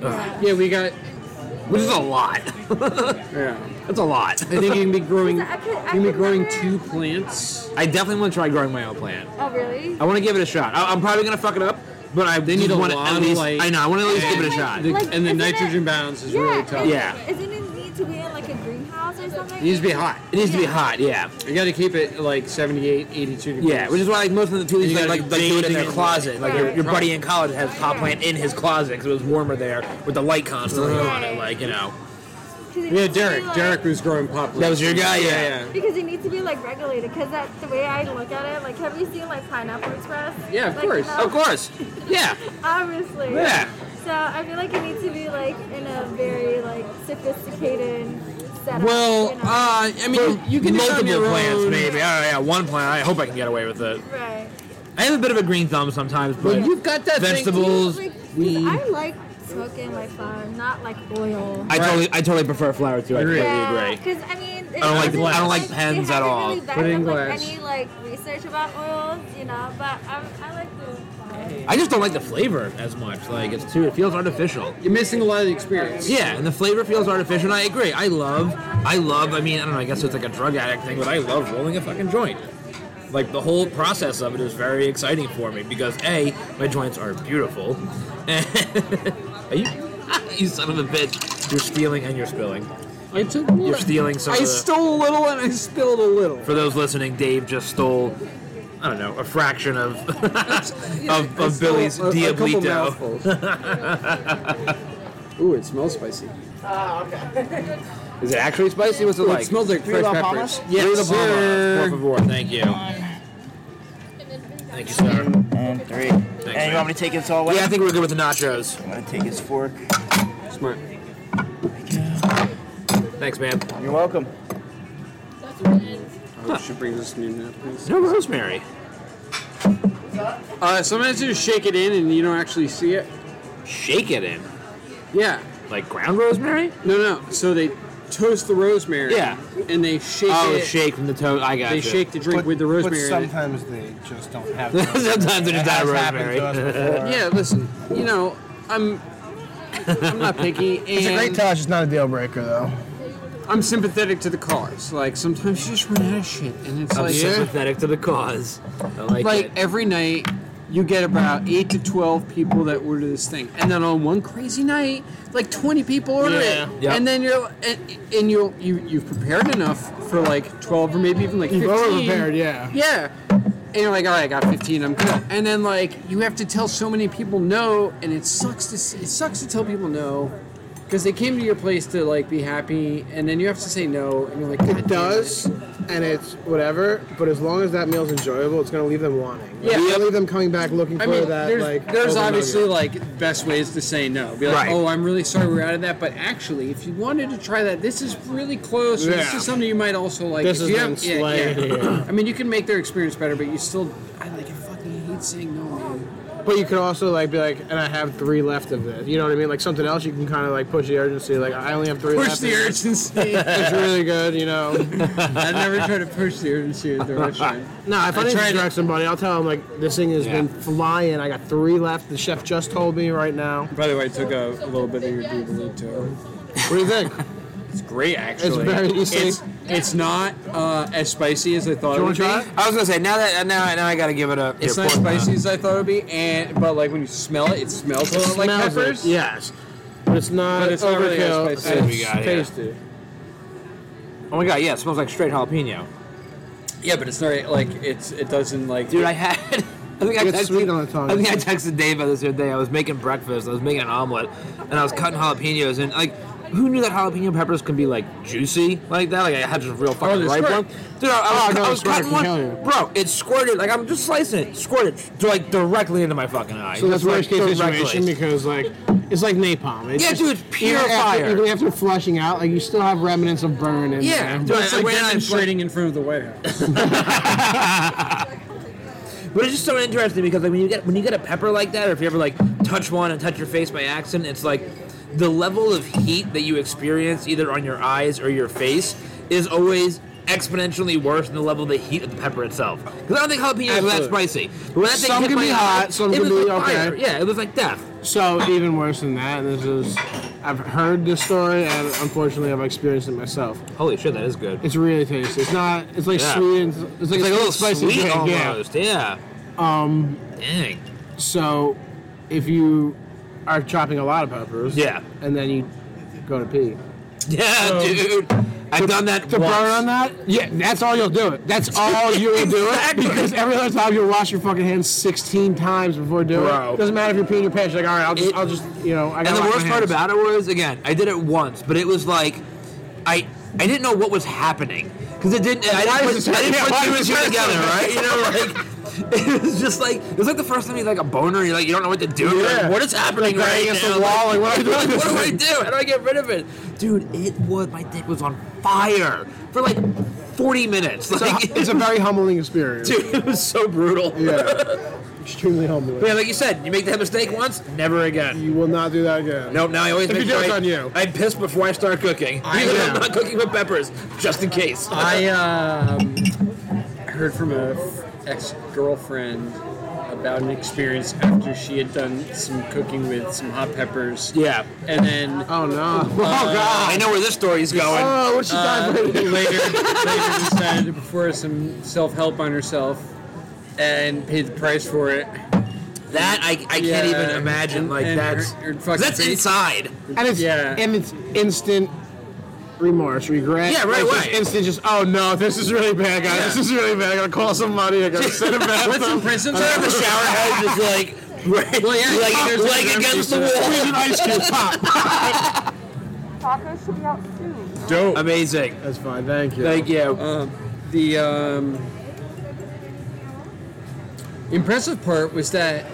Yeah, we got.
which is a lot.
Yeah,
That's a lot.
I think you can be growing. You
I could- I
can be
could
growing
never-
two plants.
I definitely want to try growing my own plant.
Oh, really?
I want to give it a shot. I, I'm probably gonna fuck it up, but I they
need a
want
lot
at
of
least.
light.
I know. I want to at least give it a shot.
The- and the
isn't
nitrogen balance is really tough.
isn't-
Yeah.
Isn't it need to be in like a greenhouse or something?
It needs to be hot.
It needs to be hot. Yeah.
You got to keep it like 78, 82 degrees.
Yeah, which is why like most of the people
You
like
gotta
like,
do
like do it in
bathing
their
and-
closet. Like your, your
Right.
buddy in college has pot plant in his closet because it was warmer there with the light constantly
Uh-huh.
on it. Like you know,
'Cause it
yeah,
needs to be,
Derek.
like-
Derek was growing pop.
that was your guy. Yeah,
Yeah,
Because it needs to be like regulated, because that's the way I look at it. Like, have you seen like Pineapple Express?
Yeah, of
Like,
course.
you know,
Of course. Yeah.
Obviously.
Yeah.
So I feel like it needs to be like in a very like sophisticated setup.
Well,
you know?
uh, I mean, you can
do it on
multiple
your
plants
own.
maybe. Oh yeah, one plant. I hope I can get away with it.
right.
I have a bit of a green thumb sometimes, but
But you've got that thing-
vegetables.
Like, 'cause
we-
I like smoking like farm, not like oil.
I totally, I totally prefer flower too. I
Agree.
completely
yeah,
agree.
because I mean, I
don't like the- I don't like pens
they
at
haven't
all.
Really backed
Put it in
up, like,
glass.
Any like research about oils, you know? But I, I like the.
I just don't like the flavor as much. Like it's too, it feels artificial.
You're missing a lot of the experience.
Yeah, and the flavor feels artificial. And I agree. I love, I love. I mean, I don't know. I guess it's like a drug addict thing, but I love rolling a fucking joint. Like the whole process of it is very exciting for me because a, my joints are beautiful. are you, you son of a bitch! You're stealing and you're spilling.
I took.
You're stealing some.
I
of the-
stole a little and I spilled a little.
For those listening, Dave just stole, I don't know, a fraction of of,
I
of
stole
Billy's
a- a couple
Diablito.
mouthfuls. Ooh, it smells spicy.
Is it actually spicy? What's it
Ooh, it smells like fresh peppers.
Yes,
Three La
sir.
Palmas.
Thank you. Thank you, sir.
And three. and
man.
you want me to take this all away?
Yeah, I think we're good with the nachos.
I'm gonna take his fork.
Smart.
Thanks, man.
You're welcome.
Oh, should bring us new napkins.
No rosemary.
Uh, sometimes you just shake it in and you don't actually see it.
Shake it in.
Yeah.
Like ground rosemary?
No, no. So they toast the rosemary.
Yeah.
And they shake
Oh,
it.
shake from the toe. I got
They
you.
shake the drink
But-
with the
but
rosemary. in it.
sometimes they just don't have.
Sometimes they
It
just die
has
rosemary.
happened to us before.
Yeah, listen. You know, I'm. I'm not picky, and
It's a great touch. It's not a deal breaker though.
I'm sympathetic to the cause. Like sometimes you just run out of shit, and it's
I'm
like
sympathetic to the cause. I like,
like
it.
every night you get about 8 to 12 people that order this thing and then on one crazy night like 20 people order
Yeah.
it
Yeah.
and then you're and, and you'll you, you've prepared enough for like 12 or maybe even like 15
You've overprepared, yeah.
yeah and you're like all right i got 15 i'm good and then like you have to tell so many people no and it sucks to s- it sucks to tell people no because they came to your place to like be happy and then you have to say no and you're like "God damn
It does, and it's whatever. But as long as that meal's enjoyable, it's gonna leave them wanting. Like,
Yeah.
it's gonna leave them coming back looking for
I mean,
that.
there's,
like
there's
golden
obviously
nugget.
like best ways to say no. Be like,
Right.
oh, I'm really sorry we're out of that, but actually, if you wanted to try that, this is really close. or This
Yeah.
is something you might also like.
This
If
has
you
been
have- yeah,
slayed.
yeah. I mean, you can make their experience better, but you still, I like, I fucking hate saying no. Man.
But you could also like be like, and I have three left of this. You know what I mean? Like something else you can kind of like push the urgency. Like I only have three
Push
left.
the urgency.
It's really good, you know.
I never try to push the urgency at the restaurant.
No, if I,
I
didn't
tried it.
distract somebody, I'll tell them like this thing has been flying. I got three left. The chef just told me right now.
By the way, I took a, little bit of your doodle too.
What do you think?
It's great, actually.
very easy.
It's, it's not uh, as spicy as I thought it
Do you
would
want to try
be.
it?
I was gonna say now that now now I gotta give it a.
It's
Here,
not
pour it.
spicy as I thought it would be, and but like when you smell it, it smells a lot like
Smells it,
peppers.
Yes, but it's not
But it's not really
overkill.
as spicy
it's
as
we got here.
tasty.
Oh my god, yeah, it smells like straight jalapeno.
Yeah, but it's not like it's it doesn't like.
Dude, I had. I think I,
It's
texted,
sweet on the tongue.
I think I texted Dave about this the other day. I was making breakfast. I was making an omelet, and I was cutting jalapenos. And like, who knew that jalapeno peppers can be like juicy like that? Like I had just real fucking
they
ripe
squirt.
one. Dude, I, I was,
Oh, no,
I was
squirt
cutting
can kill you.
one, bro. It squirted. Like I'm just slicing it, squirted like directly into my fucking eye.
So that's
Just,
worst
like,
case
directly.
situation because like it's like napalm. It's
Yeah,
just,
dude, it's pure
even
fire.
After, even after flushing out, like you still have remnants of burn in
Yeah,
there.
dude,
it's
I- I
like
went out and
demonstrating in front of the White House.
But it's just so interesting because like when you get when you get a pepper like that, or if you ever like touch one and touch your face by accident, it's like the level of heat that you experience either on your eyes or your face is always exponentially worse than the level of the heat of the pepper itself. Because I don't think jalapenos are that
Absolutely.
spicy. But when that thing
Some
hit
can
my
be
eye,
hot, some
it
can
was
be
like fire.
okay.
Yeah, it was like death.
So even worse than that, and this is I've heard this story and unfortunately I've experienced it myself.
Holy shit, that is good.
It's really tasty. It's not. It's like
Yeah.
sweet. And, it's, like
It's like a little
spicy
sweet
drink, Yeah.
almost. Yeah. Um. Dang.
So if you are chopping a lot of peppers,
Yeah.
and then you go to pee.
Yeah, dude. I've done that
To
once.
burn on that? Yeah, that's all you'll do it. That's all you'll do it.
Exactly.
Because every other time you'll wash your fucking hands 16 times before doing
Bro.
it. Doesn't matter if you're peeing your pants. You're like, all right, I'll just,
It-
I'll just, you know, I got
And the worst part about it was, again, I did it once, but it was like, I I didn't know what was happening because it didn't. I
Why
didn't
is
put,
this
I didn't
happening?
put
Why
two and
is
two
this
together, right? You know, like it was just like it was like the first time you like a boner, you're like you don't know what to do. You're like,
Yeah.
what is happening
Like, banging
right
against
now?
the wall, like, what do I do
Like,
with
what do
this
I
thing?
do? How do I get rid of it, dude? It was my dick was on fire for like 40 minutes.
it's
Like
a, it's a very humbling experience.
dude, it was so brutal.
Yeah, extremely humbling.
But yeah, like you said, you make that mistake once, never again.
You will not do that again.
Nope, now I always
If
make
you do,
sure
it's
I,
on you.
I piss before I start cooking.
I
Even if
know.
I'm not cooking with peppers, just in case.
I um, heard from a ex girlfriend about an experience after she had done some cooking with some hot peppers.
yeah.
And then
Oh no. oh god.
I know where this story's going.
Oh, what she
uh,
uh,
later, later decided to perform some self help on herself and paid the price for it.
that I, I
yeah,
can't even imagine.
and-
Like
and
that's
her- her fucking
that's
face-
inside.
And it's
Yeah.
and it's instant remorse, regret.
Yeah, right
It's
away.
just Instant, just oh no, this is really bad, guys.
Yeah.
This is really bad. I gotta call somebody. I gotta send a back.
Let's impress him.
So in the shower head just like
Well, yeah,
like,
there's
like
a-
against the wall.
an ice cube pop.
Tacos should be out soon.
Dope.
Amazing. Uh,
That's fine. Thank you.
Like yeah.
Um, the um, impressive part was that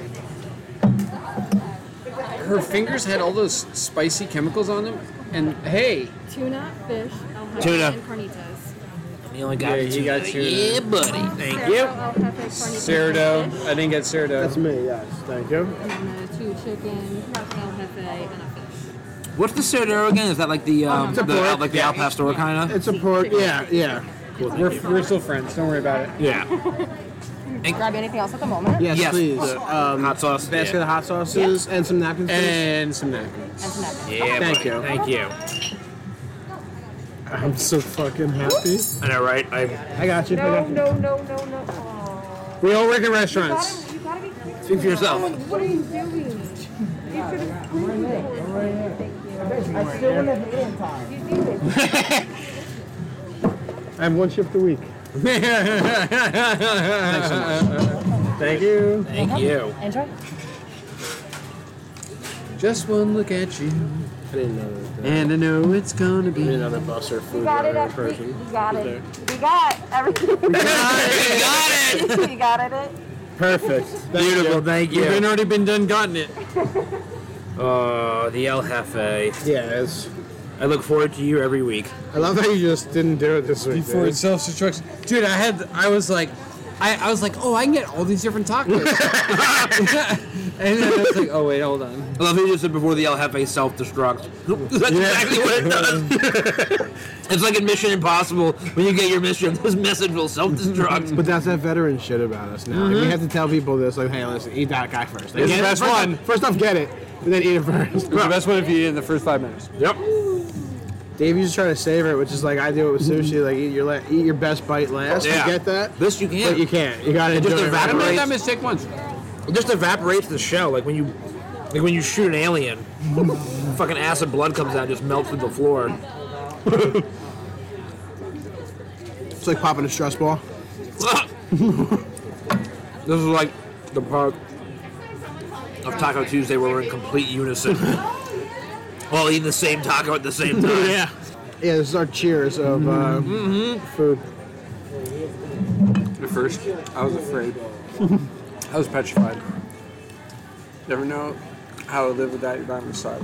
her fingers had all those spicy chemicals on them. And hey,
Tuna, fish, el jefe,
Tuna.
and carnitas.
You only got
Yeah,
it
you
too.
got two.
Yeah, buddy. Thank
Cerdo, el jefe, carnitas,
Cerdo.
and fish,
I didn't get Cerdo.
me. Yes. Thank you.
and, uh, two chicken, el jefe, and a fish.
What's the Cerdero again? Is that like the um
It's a
the,
pork.
like the Al Pastor kind of?
It's a port. Yeah. Yeah.
We're, we're still friends. Don't worry about it.
Yeah.
Grab anything else at the moment?
Yes,
Yes.
please. Um,
Hot sauce.
basket
Yeah.
of hot sauces and some napkins. please.
And some napkins.
And snack.
Yeah,
Thank
buddy.
you.
Thank you.
I'm so fucking happy.
I know, right? I
I got you. I
No,
got you.
no, no, no, no. Aw.
We all work in
You
restaurants.
gotta, you gotta be quick.
Speak for yourself.
What are you doing? You should have screamed
I still would have made it in time.
You did it.
I have one shift a week. Thank you.
Thank you.
Enjoy.
Just one look at you,
I didn't know that.
and I know it's gonna
Need
be.
another bus or food
We got it
driver
up. We,
person.
we got
Who's
it. We got everything. We
Got it.
got, it.
there? Perfect. Thank
Beautiful.
you.
Thank
You've been
you.
already been done, gotten it.
Oh, the El Jefe.
Yeah, it's,
I look forward to you every week.
I love how you just didn't do it this week.
before
dude.
it's self destruction. Dude, I had I was like I, I was like, oh, I can get all these different tacos. and then I was like, oh wait, hold on.
I love how you just said before the El Jefe self-destruct. That's exactly what it does. it's like in Mission Impossible. When you get your mission, this message will self-destruct.
But that's that veteran shit about us now. Like, we have to tell people this, like, hey, listen, eat that guy first. Like,
It's
get it-
the best
first
one.
off- first off, get it, and then eat it first.
best one if you eat in the first five minutes.
Yep.
Dave, you just try to savor it, which is like I do it with sushi. Like, eat your la- eat your best bite last.
Yeah.
You get that?
This you can.
But you can't. You gotta
It just
enjoy it.
I made that
evaporates.
mistake once.
It just evaporates the shell. Like when you, like when you shoot an alien, fucking acid blood comes out, and just melts through the floor.
It's like popping a stress ball.
this is like the part of Taco Tuesday where we're in complete unison. All eating the same taco at the same time. yeah.
Yeah, this is our cheers of uh, food.
At first, I was afraid. I was petrified. Never know how to live without you by my side.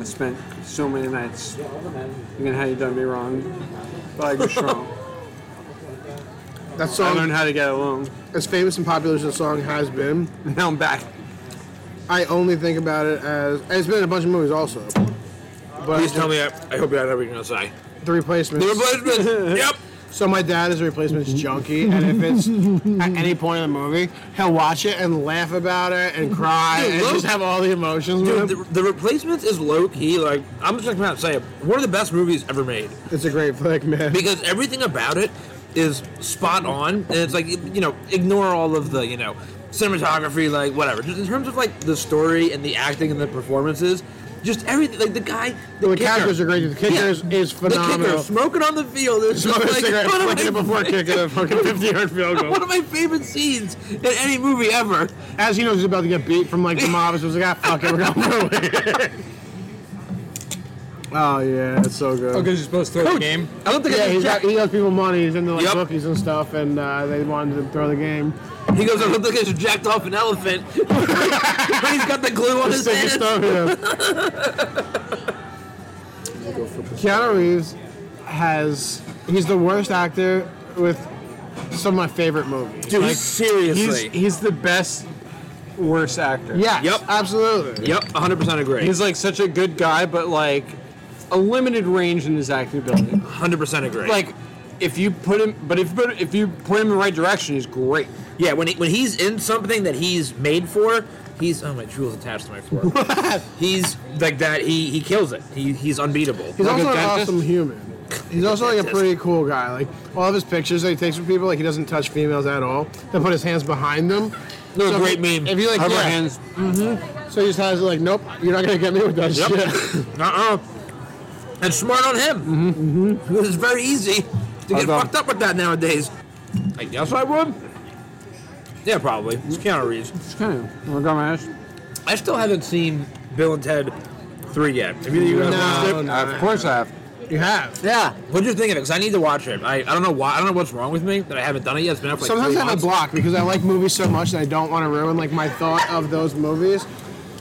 I spent so many nights thinking how you done me wrong, but I grew strong.
That
I
song,
learned how to get along.
as famous and popular as the song has been,
Now I'm back.
I only think about it as and it's been in a bunch of movies also. But
Please tell me. I, I hope you're not ever gonna say
the replacements.
the replacement. yep.
So my dad is a replacements junkie, and if it's at any point in the movie, he'll watch it and laugh about it and cry
Dude,
and
look-
just have all the emotions.
Dude,
with
the,
him.
the replacements is low key. Like, I'm just gonna come out and say it. One of the best movies ever made
It's a great flick, man.
because everything about it is spot on, and it's like you know, ignore all of the you know cinematography, like whatever. Just in terms of like the story and the acting and the performances, just everything. Like the guy, the,
The
kicker.
characters are great. The kickers
Yeah.
is
The kicker
phenomenal.
smoking on the field. It's
Smoking a
just like,
cigarette,
one of
flicking it
my
before
fa-
kicking a fucking 50-yard field goal.
One of my favorite scenes in any movie ever.
As he knows he's about to get beat from like the mob, so he's like, ah, fuck it, we're going for it. Oh yeah, it's so good.
because you're supposed to throw the game.
I don't think I
Yeah,
just
he's got,
checked.
he owes people money. He's into like
Yep.
bookies and stuff, and uh, they wanted to throw the game.
He goes, I look like I just jacked off an elephant. but he's got the glue on his
Sick
hands.
stuff, yeah. Keanu Reeves has he's the worst actor with some of my favorite movies.
Dude,
Like,
seriously.
He's, he's the best worst actor.
yes,
Yep.
absolutely.
yep, 100% agree.
He's like such a good guy, but like a limited range in his acting ability.
100% agree.
Like if you put him, but if but if you put him in the right direction, he's great.
yeah, when, he, when he's in something that he's made for, he's. Oh, my jewel's attached to my floor. he's like that. He he kills it. He, he's unbeatable.
He's
Like a
also an
dentist?
awesome human. He's also like a
Dentist.
pretty cool guy. Like all of his pictures that he takes from people, like he doesn't touch females at all. They put his hands behind them.
They're
if
a great
you-
meme.
If you like,
Have our
yeah. Mm-hmm.
hands.
So he just has it like, nope, you're not gonna get me with that
Yep.
shit.
uh uh And smart on him. Mm-hmm. It's very easy to get
Although-
fucked up with that nowadays. I guess I would. Yeah, probably. It's Keanu Reeves.
Just kind of. Look at my ass.
I still haven't seen Bill and Ted 3 yet. Have either of you guys watched it?
No, no.
Of course I have.
You have.
Yeah.
What'd you think of it? Because I need to watch it. I, I don't know why. I don't know what's wrong with me that I haven't done it yet. It's been up for like
Sometimes
three
I have a
months.
block because I like movies so much and I don't want to ruin like my thought of those movies.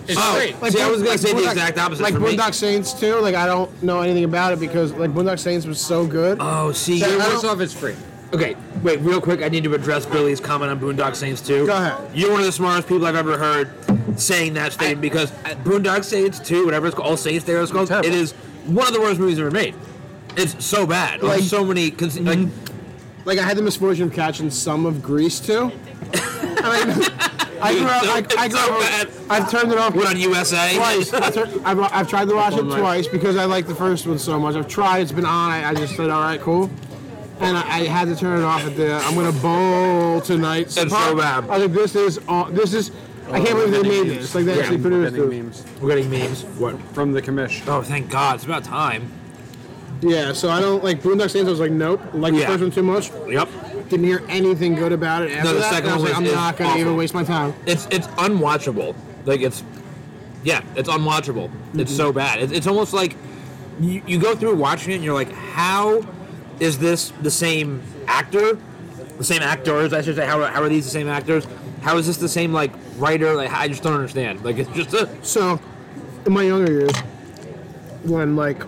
It's
Oh.
great.
Like,
See, I was gonna say the
Boondock-
exact opposite
Like
for me.
Boondock Saints too. Like I don't know anything about it because like Boondock Saints was so good.
Oh, see.
I
you're
don't-
First off, it's free.
Okay, wait, real quick. I need to address Billy's comment on Boondock Saints too.
Go ahead.
You're one of the smartest people I've ever heard saying that statement because Boondock Saints too, whatever it's called, All Saints there it's called.
Terrible.
It is one of the worst movies ever made. It's so bad. Like
Like- Mm-hmm.
so many. Cons- Like
Like I had the misfortune of catching some of Grease too. I mean, I grew up. I, I
It's
grew
so
up.
bad.
I've turned it off
what on USA?
twice. I tur- I've, I've tried to
Oh,
watch it
Right.
twice because I like the first one so much. I've tried. It's been on. I, I just said, all right, cool. And I, I had to turn it off at the. I'm gonna bowl tonight. It's
so bad.
I was like, this is. aw- This is. I can't believe they made this. Like they actually produced
Getting
it.
memes
We're getting memes. What?
from the commission.
Oh, thank God! It's about time.
Yeah. So I don't like Boondock Saints. I was like, nope. Like the
Yeah.
first one too much.
Yep.
Didn't hear anything good about it. After
the
that, and
second
I was
one
like,
was-
I'm
is
not gonna
awful.
even waste my time.
It's it's unwatchable. Like it's yeah, it's unwatchable. It's so bad. It's, it's almost like you, you go through watching it and you're like, how is this the same actor? The same actors, I should say. How, are- how are these the same actors? How is this the same like writer? Like I just don't understand. Like it's just a
So, in my younger years, when like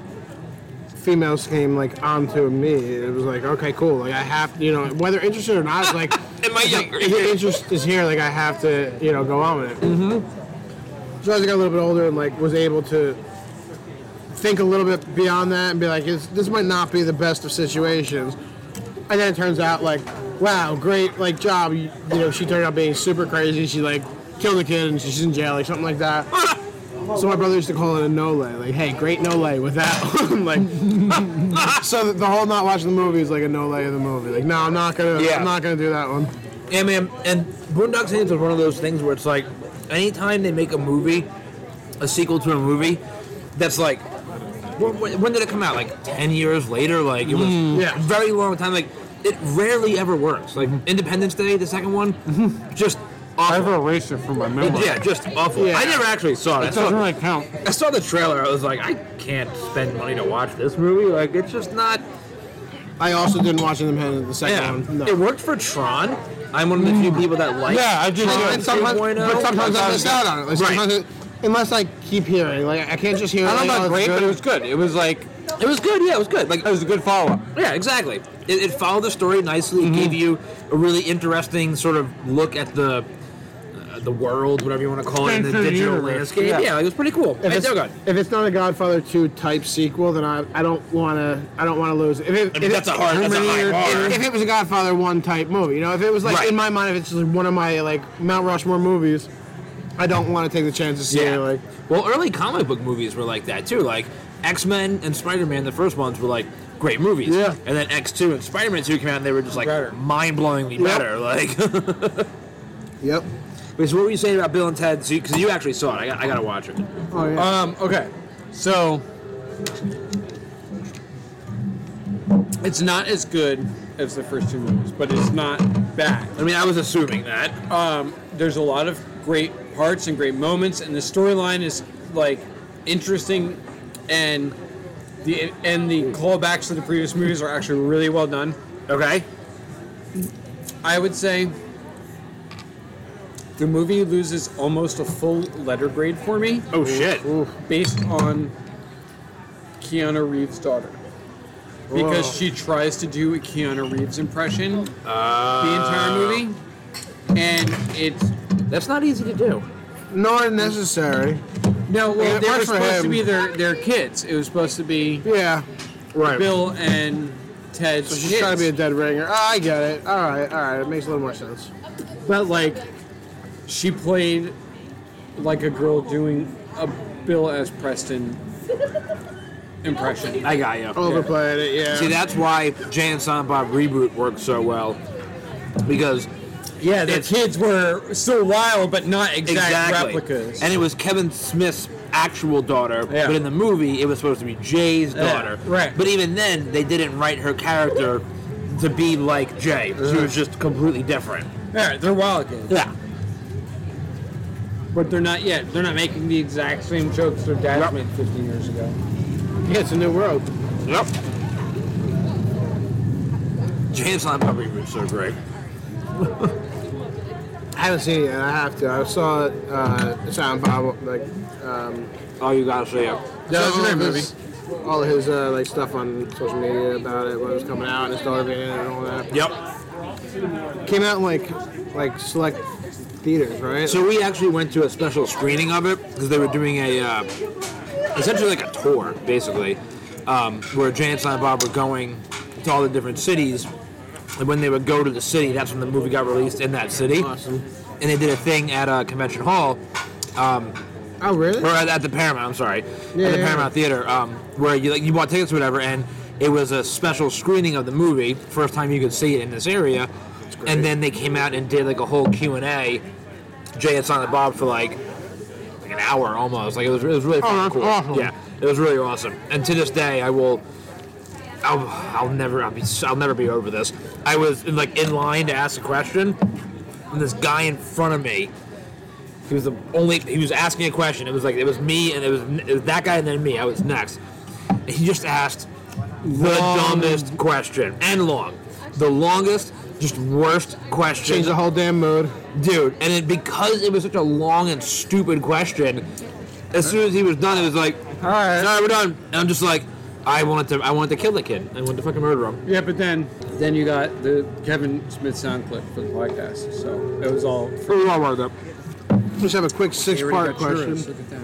females came like onto me, it was like, okay, cool. Like I have, you know, whether interested or not, it's like
In my
it's like,
younger
if your
years.
interest is here, like I have to, you know, go on with it. Mm-hmm.
Mm-hmm.
So as I got a little bit older and like was able to think a little bit beyond that and be like, it's, this might not be the best of situations. And then it turns out like, wow, great, like job. You, you know, she turned out being super crazy. She like killed a kid and she's in jail, like something like that. So my brother used to call it a no lay, like, hey, great no lay with that one. like, so the whole not watching the movie is like a no lay of the movie. Like, no, I'm not gonna,
Yeah.
I'm not gonna do that one.
Yeah, man. And Boondock Saints was one of those things where it's like, anytime they make a movie, a sequel to a movie, that's like, when, when when did it come out? Like ten years later? Like it was
yeah.
a very long time. Like it rarely ever works. Like Independence Day, the second one, just
I
awful.
ever erased it from my memory.
Yeah, just awful.
Yeah.
I never actually saw it. I
It doesn't
saw,
really count.
I saw the trailer. I was like, I can't spend money to watch this movie. Like it's just not.
I also didn't watch them in the second
Yeah,
one. No.
it worked for Tron. I'm one of the few people that like.
Yeah, I just-
Tron
But sometimes,
2.0.
but sometimes I miss out on it. Like,
Right.
sometimes it- Unless I keep hearing, like I can't just hear.
I
like,
don't know
oh,
about
it's
great,
good.
but it was good. It was like
It was good. Yeah, it was good. Like
it was a good follow-up.
Yeah, exactly. It, it followed the story nicely. It gave you a really interesting sort of look at the uh, the world, whatever you want to call it, in the
Expansion of the
digital
universe.
landscape.
Yeah.
Yeah. like it was pretty cool.
If
I
it's,
dug it.
if it's not a Godfather 2 type sequel, then I, I don't want to I don't want to lose. If it,
I mean,
if
that's
it,
a hard- that's a high
if-
bar.
If, it was a Godfather 1 type movie, you know, if it was like
Right.
in my mind, if it's just one of my like Mount Rushmore movies, I don't want to take the chance to see it. Like,
well, early comic book movies were like that too. Like X Men and Spider Man, the first ones were like great movies.
Yeah.
And then X Two and Spider Man Two came out, and they were just like
Better.
mind blowingly
Yep.
better. Like, Wait,
yep.
so what were you saying about Bill and Ted? Because you actually saw it. I got, I got to watch it.
Oh yeah.
Uh,
Um, okay. So it's not as good as the first two movies, but it's not bad.
I mean, I was assuming that.
Um, there's a lot of great parts and great moments, and the storyline is like interesting, and the and the callbacks to the previous movies are actually really well done.
Okay.
I would say the movie loses almost a full letter grade for me
Oh shit.
based on Keanu Reeves' daughter. Because she tries to do a Keanu Reeves impression the entire
Uh.
movie, and it's
That's not easy to do.
Not necessary.
no. Well,
it
they were
worked for
supposed to
him.
be their their kids. It was supposed to be
Yeah. Right.
Bill and Ted's
So she's
kids.
trying to be a dead ringer. Oh, I get it. All right, all right. It makes a little more sense.
but like, she played like a girl doing a Bill as Preston impression.
I got you.
Overplayed it, yeah.
See, that's why Jay and Silent Bob reboot worked so well because
Yeah,
their
the kids were so wild, but not exact
exactly,
replicas.
and it was Kevin Smith's actual daughter,
Yeah.
but in the movie it was supposed to be Jay's
Yeah,
daughter.
right.
But even then, they didn't write her character to be like Jay. She was just completely different.
Uh-huh. Yeah, they're wild kids.
Yeah.
But they're not yet. They're not making the exact same jokes their dad made 50 years ago.
yeah, it's a new world.
Yep. Jay and Silent Bob reboots are great.
I haven't seen it yet. I have to. I saw it, uh, Silent Bob, like, um,
Oh, you gotta see it.
yeah,
it's a great
All of his, uh, like, stuff on social media about it, when it was coming out, and his daughter being in it and all that.
Yep.
Came out in, like, like, select theaters, right?
So we actually went to a special screening of it because they were doing a uh, essentially like a tour, basically, um, where Jay and Silent Bob were going to all the different cities, and when they would go to the city, that's when the movie got released in that city.
Awesome.
And they did a thing at a convention hall, um,
oh,
or
really?
at, at the Paramount. I'm sorry,
Yeah,
at the
yeah,
Paramount Theater, um, where you like you bought tickets or whatever, and it was a special screening of the movie, first time you could see it in this area, and then they came out and did like a whole Q and A, Jay and Silent Bob for like like an hour almost. Like it was, it was really
Oh,
fucking
that's
cool.
awesome.
Yeah, it was really awesome. And to this day, I will. I'll, I'll never I'll, be, I'll never be over this. I was like in line to ask a question, and this guy in front of me, he was the only he was asking a question. It was like it was me and it was, it was that guy and then me. I was next. And he just asked the dumbest question and long, the longest, just worst question
Changed the whole damn mood.
dude. And it, because it was such a long and stupid question, as soon as he was done, it was like, "All
right.
sorry, we're done." And I'm just like, I wanted to, I wanted to kill the kid. I wanted to fucking murder him.
Yeah, but then then you got the Kevin Smith sound clip for the podcast, so it was all.
It was all wound up. Just have a quick six-part question.
Look at that.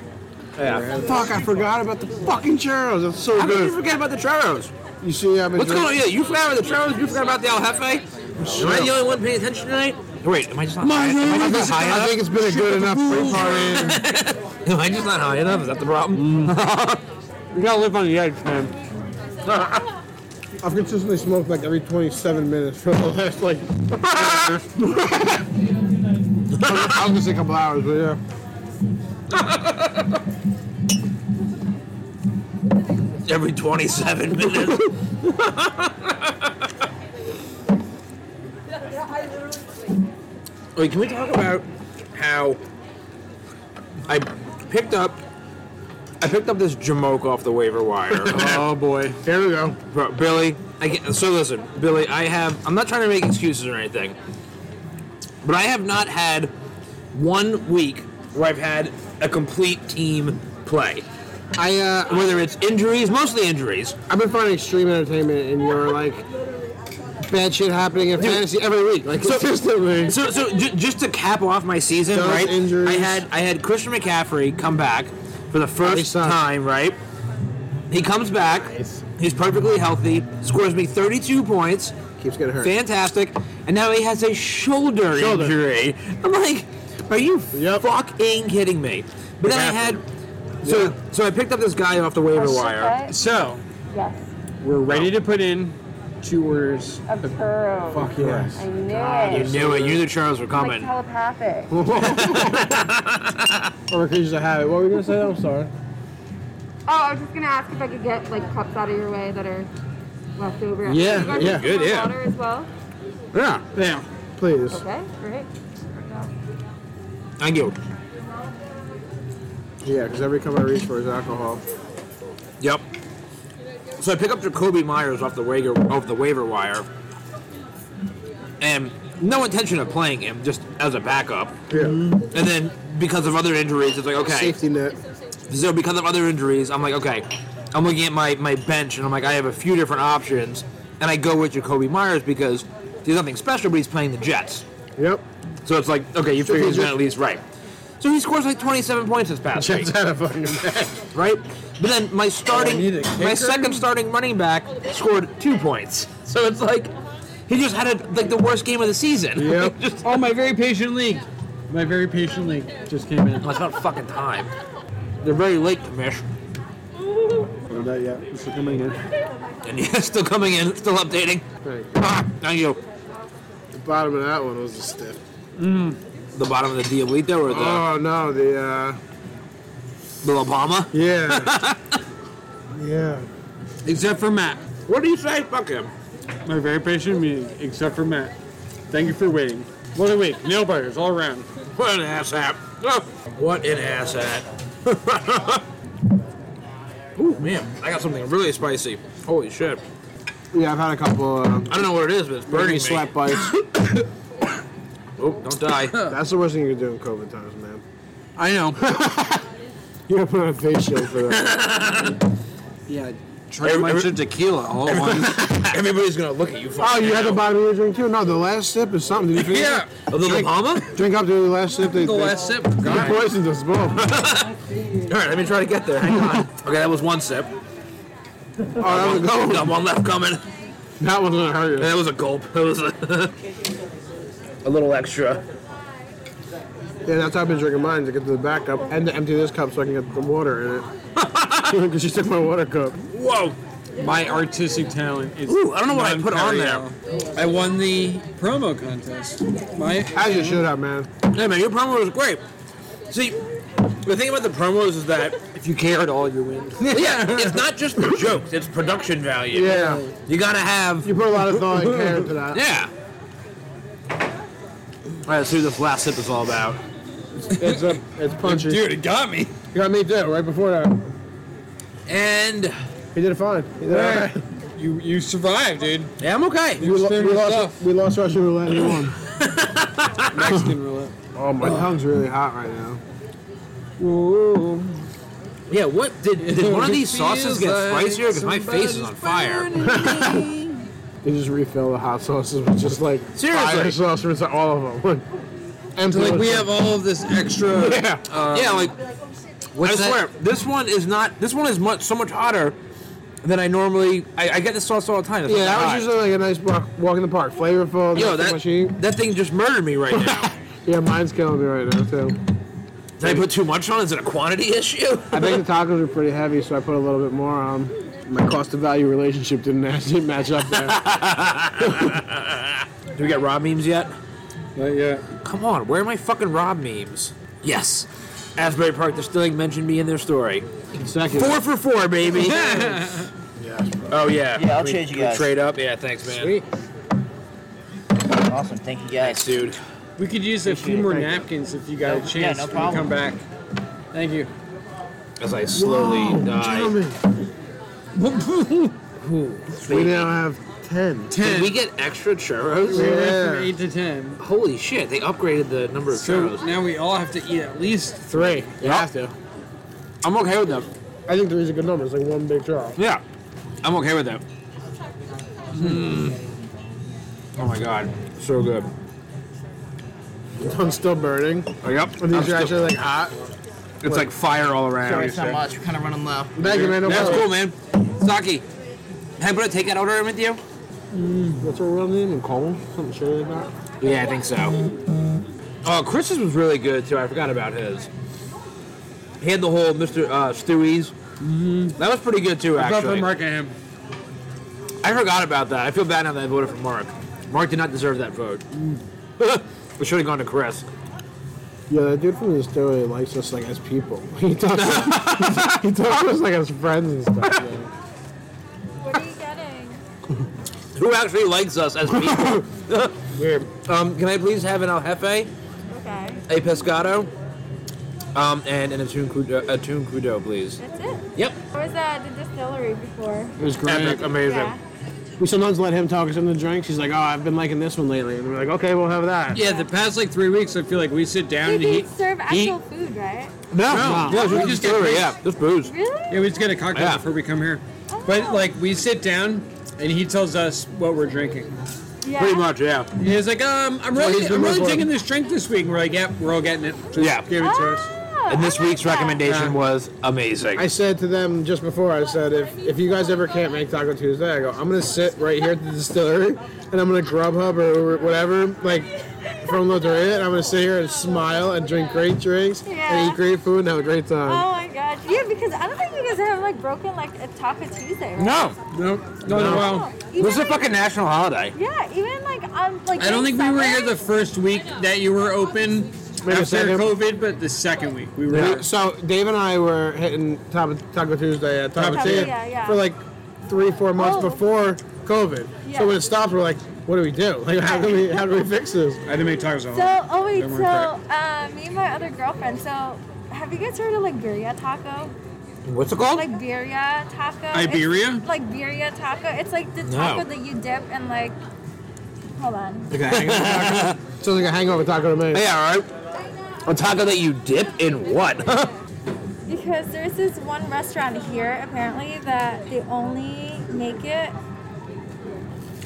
Fuck, I forgot about the fucking churros. That's so
How did you
good.
forget about the churros?
You see, I've been
What's going on?
drinking-
Yeah, you forgot about the churros. You forgot about the El Jefe. Am I the only one paying attention tonight? Wait, am I just not? high, am I
I,
just
think,
not high
I think
enough?
it's been a good enough free party.
Am I just not high enough? Is that the problem?
You gotta live on the edge, man.
I've consistently smoked like every 27 minutes for the last like. I was gonna say a couple hours, but yeah.
Every 27 minutes. Wait, can we talk about how I picked up I picked up this Jamoke off the waiver wire.
Oh boy. Here we go.
Bro, Billy, I get, so listen, Billy, I have I'm not trying to make excuses or anything, but I have not had one week where I've had a complete team play.
I uh,
Whether it's injuries, mostly injuries.
I've been finding extreme entertainment in your like bad shit happening in fantasy every week. Like
So-
consistently.
So, so j- just to cap off my season,
Those
right?
injuries.
I had I had Christian McCaffrey come back for the
Nice
first
son.
time, right? He comes back. He's perfectly healthy. Scores me 32 points.
Keeps getting hurt.
Fantastic. And now he has a shoulder,
Shoulder.
injury. I'm like, are you
Yep.
fucking kidding me? But then I had. So,
Yeah.
so I picked up this guy off the waiver
Question
wire.
cut?
So,
Yes.
we're ready to put in two orders.
Of Turo.
Fuck yes.
I knew
You
it.
knew it. You knew the Charles were
I'm,
coming.
Like telepathic.
or could you just have it? What were you gonna say? I'm sorry.
Oh, I was just gonna ask if I could get like cups out of your way that are left over.
Yeah,
You guys
yeah.
want
Good, yeah.
Water as well.
Yeah, yeah.
Please.
Okay, great.
Thank you.
Yeah, because every cup I reach for is alcohol.
Yep. So I pick up Jacoby Myers off the waiver off the waiver wire, and no intention of playing him, just as a backup.
Yeah.
And then because of other injuries, it's like okay.
Mm-hmm. Safety net.
So because of other injuries, I'm like okay. I'm looking at my my bench and I'm like I have a few different options, and I go with Jacoby Myers because he's nothing special, but he's playing the Jets.
Yep.
So it's like okay, you figure he's gonna at least right. So he scores like 27 points this past week
Checks out a fucking bag.
right? But then my starting,
need a
my
kicker?
second starting running back scored two points. So it's like he just had a, like the worst game of the season.
Yep.
just
Oh, my very patient league. My very patient league just came
well,
in.
oh, it's not fucking time. They're very late, Mish.
Not yet. It's still coming in.
And yeah, still coming in, still updating.
Right.
Ah, thank you.
The bottom of that one was a stiff.
The bottom of the Diablito or the,
Oh no, the uh
the La Palma?
yeah. yeah.
Except for Matt.
What do you say? Fuck him.
My very patient meeting, except for Matt. Thank you for waiting. What a week. Nail biters all around.
What an ass hat. What an ass hat. Ooh, man. I got something really spicy. Holy shit.
Yeah, I've had a couple uh
I don't know what it is, but it's burning
burning
me.
slap bites.
Oh, don't die.
That's the worst thing you can do in COVID times, man.
I know.
You gotta put on a face shield for that.
yeah. Try a bunch of tequila all at once.
Everybody's gonna look at you.
oh,
fucking
you had the
now.
bottom of your drink too? No, the last sip is something. Did you finish
yeah.
A little Palma?
it? Drink up to the last sip. They,
The
they-
last sip.
They
God.
poisoned us both. Oh,
All right, let me try to get there. Hang on. Okay, that was one sip.
Oh, that was a good one.
Got one left coming.
That one's gonna hurt you.
That was a gulp. That was a, a little extra.
Yeah, that's how I've been drinking mine to get to the backup and to empty this cup so I can get the water in it. Because she took my water cup.
Whoa.
My artistic talent is.
Ooh, I don't know what I put on
there. I won the promo contest. My
As you should have, man.
Hey man, your promo was great. See, the thing about the promos is that if you care at all, you win. yeah, it's not just the jokes; it's production value.
Yeah.
You gotta have.
You put a lot of thought and care into that.
Yeah. All right, let's see what this last sip is all about.
It's a, it's punchy.
Dude, it got me.
You got me too, right before that.
And
He did it fine. He did all right.
You you survived, dude.
yeah, I'm okay.
We, lo-
Spin
we lost,
yourself.
we lost Russian roulette. He won.
Mexican roulette.
Oh, my tongue's really hot right now.
Ooh.
Yeah, what did, did one of these
It
sauces
feels
get
like
spicier? Because my face is on fire.
They just refill the hot sauces with just like
Seriously.
fire sauce from inside- all of them. And
So, like we have all of this extra.
Yeah.
yeah, like I
that?
swear, this one is not. This one is much so much hotter than I normally. I, I get this sauce all the time. It's
yeah,
not
that was
hot.
usually like a nice walk, walk in the park, flavorful.
Yo,
nothing much to eat.
that that thing just murdered me right now.
Yeah, mine's killing me right now too.
Did I put too much on? Is it a quantity issue?
I think the tacos are pretty heavy, so I put a little bit more on. My cost to value relationship didn't actually match up there.
Do we get raw memes yet?
Not yet.
Come on, where are my fucking raw memes? Yes, Asbury Park Distilling mentioned me in their story.
Second.
Four for four, baby. Oh yeah.
Yeah, I'll
We-
trade you
we
guys.
Trade up. Yeah, thanks, man.
Awesome. Thank you guys.
Thanks, dude.
We could use a few more napkins if you got a
No, yeah,
chance
no
when you come
problem.
back. Thank you.
As I slowly die.
Gentlemen, we now have ten.
Did
Ten.
we get extra churros?
We went
Yeah.
from eight to ten.
Holy shit, they upgraded the number of
So
churros.
now we all have to eat at least
Three. You have to.
I'm okay with that.
I think three is a good number. It's like one big draw.
Yeah. I'm okay with that. Hmm. Oh my god, so good.
The one's still burning.
Oh, yep.
And these are actually like hot.
it's like fire all around.
Sorry, it's not much. We're kind of running low.
Thank you, man. No
That's
problem.
cool, man. Saki, can I put a takeout order in with you?
What's her real name? And Cole? Something shit like that.
Yeah, I think so. Oh, Chris's was really good too. I forgot about his. He had the whole Mr. Uh, Stewie's. That was pretty good too,
Vote for
actually.
Mark and him.
I forgot about that. I feel bad now that I voted for Mark. Mark did not deserve that vote. we should have gone to Chris.
Yeah, that dude from the story likes us like as people. He talks, he talks to us like as friends and stuff. man.
What are you getting?
Who actually likes us as people?
Weird.
um, can I please have an al jefe,
Okay,
a pescado, um, and an attuned crudo, attuned crudo, please?
that's it.
Yep.
I was at uh, the distillery before.
It was great.
Epic, amazing.
Yeah.
We sometimes let him talk us into drinks. He's like, "Oh, I've been liking this one lately," and we're like, "Okay, we'll have that."
Yeah, the past like three weeks, I feel like we sit down
Dude,
and
they
he,
serve
he-
actual food, right?
No,
No.
no.
Yeah, we just get
Distillery,
Chris.
yeah, just booze.
Really?
Yeah, we just get a cocktail
Yeah.
before we come here. But like we sit down and he tells us what we're drinking.
Yeah.
Pretty much, yeah.
He's like, um, I'm really,
he's been
I'm really
recording.
taking this drink this week. And we're like, yep, we're all getting it. Just
Yeah.
give it to us.
Ah,
And this
I like
week's
that.
recommendation
Yeah.
was amazing.
I said to them just before, I said, if, if you guys ever can't make Taco Tuesday, I go, I'm going to sit right here at the distillery and I'm going to Grubhub or whatever, like from Loteria, and I'm going to sit here and smile and drink great drinks and
Yeah.
eat great food and have a great time.
Oh my gosh. Yeah, because I don't think you guys have like broken like a Taco Tuesday, right?
no,
No, no,
No.
well,
Even,
this is a fucking national holiday.
Yeah, even like on like.
I don't think we were here the first week that you were open
Wait a
after
second.
COVID, but the second week we were.
We- So Dave and I were hitting Taco Taco Tuesday at Taco
Taco,
Tuesday
yeah, yeah.
for like three, four months
Oh.
before COVID.
Yeah.
So when it stopped, we're like, what do we do? Like, how do we, how do we fix this?
I didn't make tacos at home.
So oh wait,
Don't
so
worry about
uh, me and my other girlfriend. So have you guys heard of like birria taco?
What's it called?
Like birria taco.
Iberia?
It's, like birria taco. It's like the taco that you dip and like. Hold on.
Sounds like a hangover taco to me.
yeah, all right. A taco that you dip in what?
Because there's this one restaurant here apparently that they only make it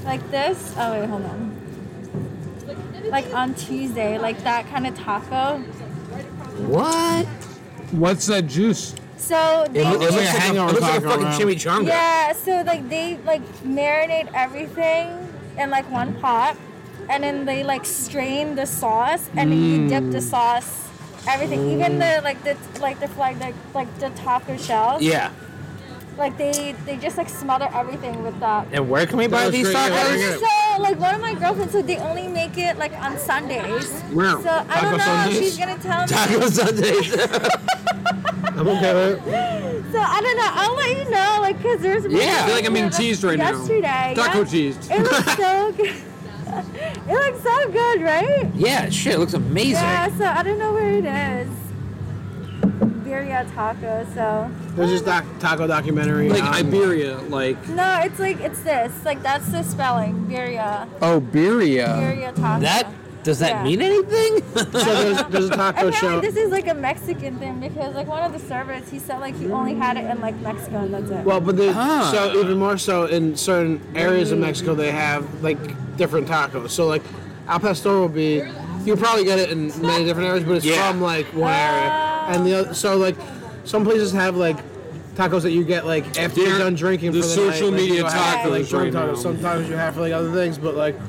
like this. Oh wait, hold on. Like on Tuesday, like that kind of taco.
What?
What's that juice?
So they
loo- it looks
make-
like a hangover
it looks like a
taco,
fucking
man.
chimichanga.
Yeah, so like they like marinate everything in like one pot and then they like strain the sauce and then you dip the
Mm.
sauce everything even the like the like the like the like the taco shells
Yeah.
like they they just like smother everything with that
And where can we buy
was
these
great, yeah,
tacos?
very good.
so like one of my girlfriends so they only make it like on sundays
Wow.
so i
Taco
don't know if
Sundays?
she's gonna tell me
Taco Sundays.
I'm okay with it.
So I don't know. I'll let you know, like, cause there's
Yeah. I feel like I'm
being teased right now.
yesterday, Yesterday,
Taco
yes-
teased.
It looks so good. it looks so good, right?
yeah, shit, it looks amazing.
Yeah. So I don't know where it is. Birria taco. So
There's this doc- taco documentary. um,
Like
Um,
on-
Iberia, like
no, it's like it's this. Like that's the spelling. Birria.
oh, Iberia.
Birria taco.
Uh, That does that
Yeah.
mean anything?
So there's, there's a taco show.
Apparently this is like a Mexican thing because like one of the servers he said like he only had it in like Mexico and that's it.
Well, but there's so even more so in certain areas of Mexico they have like different tacos. So like al pastor will be you probably get it in many different areas, but it's
Yeah.
from like one area and the other. So like some places have like tacos that you get like after you're
They're
done drinking.
the
for the
social
night. Like,
media
you have for, like,
tacos
drunk
right now.
tacos. Sometimes you have for like other things, but like.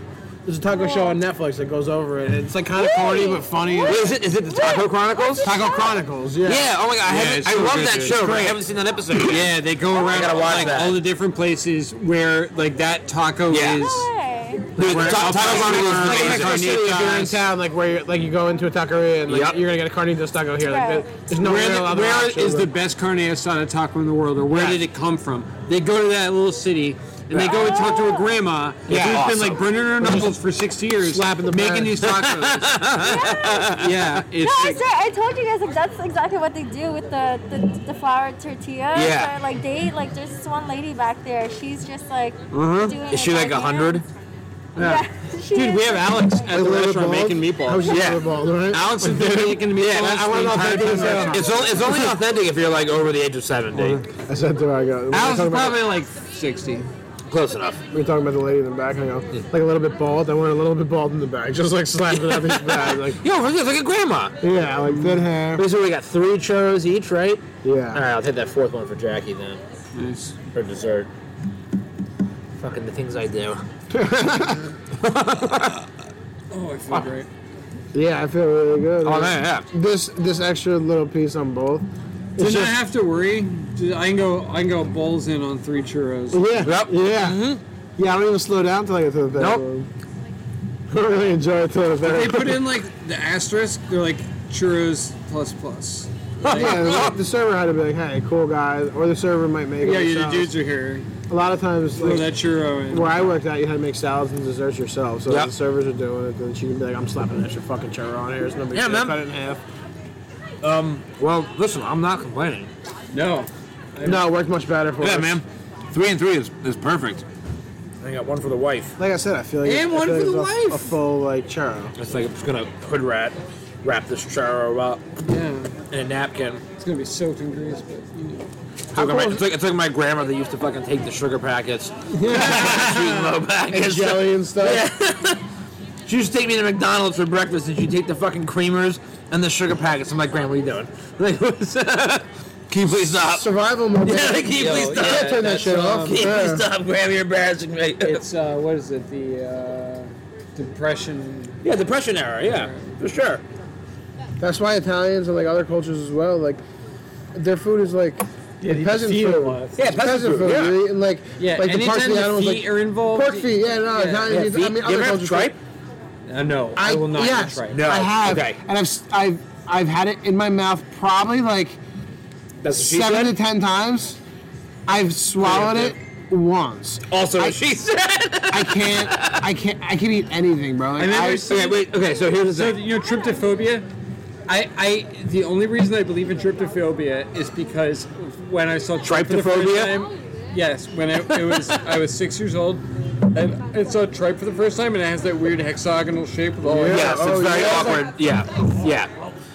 There's a taco show on Netflix that goes over it. and It's like kind of corny but funny.
Wait, is it is it the Taco Chronicles?
Taco Chronicles, yeah.
Yeah. Oh my god, I,
it's
haven't, I
so
love
good,
that
dude.
show, but I haven't seen that episode.
Yeah, they go around
gotta watch
like,
that.
all the different places where like that taco
Yeah.
is.
Hey.
Dude,
We're
Ta-
up
Taco
there.
Chronicles
We're
is
up
amazing.
there.
Like,
Carnitas.
if you're in town, like where you're, like you go into a taqueria and like
Yep.
you're gonna get a carnitas taco here. Like
Right.
there- there's no
where
real
the,
other
where
option,
is the
but-
best carne asada taco in the world, or where
Yeah.
did it come from? They go to that little city and they go and talk to a grandma
Yeah.
who's
Awesome.
been like burning her knuckles for 60 years,
slapping the
making
bird.
these tacos. yeah, it's
No, I'm sorry. I told you guys like that's exactly what they do with the the, the flour tortilla.
Yeah.
So, like they like there's this one lady back there. She's just like doing
Mm-hmm. Is she
it
like
by
a hundred?
hand. Yeah. she
dude.
is. Oh,
We have Alex at the
Like, little
restaurant
bald?
making
I
meatballs.
was just
Yeah.
little bald, right?
Alex has been making meatballs.
Yeah, I- I wanna
the
know if
entire
they
time
do the
I was
same.
here.
It's only, it's only authentic if you're like over the age of seventy.
I said to her, I go.
Alex is probably like 60.
close enough.
We were talking about the lady in the back, you know, like a little bit bald. I want a little bit bald in the back, just like slapping at his back. Like,
Yo, look at like a grandma.
yeah, like thin hair.
So we got three churros each, right? All right,
Yeah.
I'll take that fourth one for Jackie then,
Nice.
for dessert. Fucking the things I do.
Oh, I feel great.
Yeah, I feel really good.
Oh, yeah, yeah.
This this extra little piece on both.
Didn't
just-
I have to worry? Did- I can go. I can go balls in on three churros.
Yeah.
Yep.
Yeah. Yeah, I don't even slow down till I get to the third
Nope.
one. I don't really enjoy it till the
They
third
put
one.
in like the asterisk. They're like churros plus plus.
Yeah, the, the server had to be like, hey, cool guys, or the server might make it.
Yeah, you the
themselves.
dudes are here.
A lot of times,
Throw
like,
that churro in.
Where I worked at, you had to make salads and desserts yourself. So
Yep.
the servers are doing it, then she can be like, "I'm slapping an extra fucking churro on here. It's no big
Yeah,
deal.
man.
Cut it in half."
Well, listen, I'm not complaining.
No.
No, it worked much better for
Yeah,
us.
man. Three and three is, is perfect. I got one for the wife.
Like I said, I feel like
And
I
one
feel
for
like
the
it's a-
wife.
A full like churro.
It's like I'm just gonna hood rat, wrap this churro up
Yeah.
in a napkin.
It's gonna be soaked in grease, but you know.
It's like, my, it's, like, it's like my grandmother used to fucking take the sugar packets, sweet and low
And
packets.
jelly and stuff.
She used to take me to McDonald's for breakfast, and she take the fucking creamers and the sugar packets. I'm like, Graham, what are you doing? Like, what's- can you please stop?
Survival mode.
Yeah, like, can you please stop?
yeah, turn that shit off.
Can you
Yeah.
please stop, Graham? You're embarrassing me.
It's uh, what is it? The uh, depression.
yeah, depression era. Yeah, for sure.
That's why Italians and like other cultures as well, like their food is like
you
peasant
feel
food.
it.
Yeah,
It's peasant food.
Yeah.
You're eating, like
Yeah,
like the
anytime
parts of the
the
animals
feet
like
are involved,
Pork
you-
feet. Yeah, no,
Yeah.
Italians.
Yeah,
eat- I
feet.
mean,
You
other
ever have
cultures.
tripe?
Uh, no, I, will not
yes,
try. it.
No.
I have,
Okay.
and I've, s- I've I've had it in my mouth probably like
That's what she
seven
said.
to ten times. I've swallowed
Yeah,
it once.
also,
I-
what she said.
I can't. I can't. I can eat anything, bro. Like,
I never
I-
s-
okay, wait. Okay, so here's the
So
thing.
you know, tryptophobia. I, I, the only reason I believe in tryptophobia is because when I saw tripe for the first
Tryptophobia?
time, yes, when it, it was I was six years old, and I saw tripe for the first time, and it has that weird hexagonal shape with all.
Yes,
oh,
it's very
yeah.
awkward. Yeah, yeah.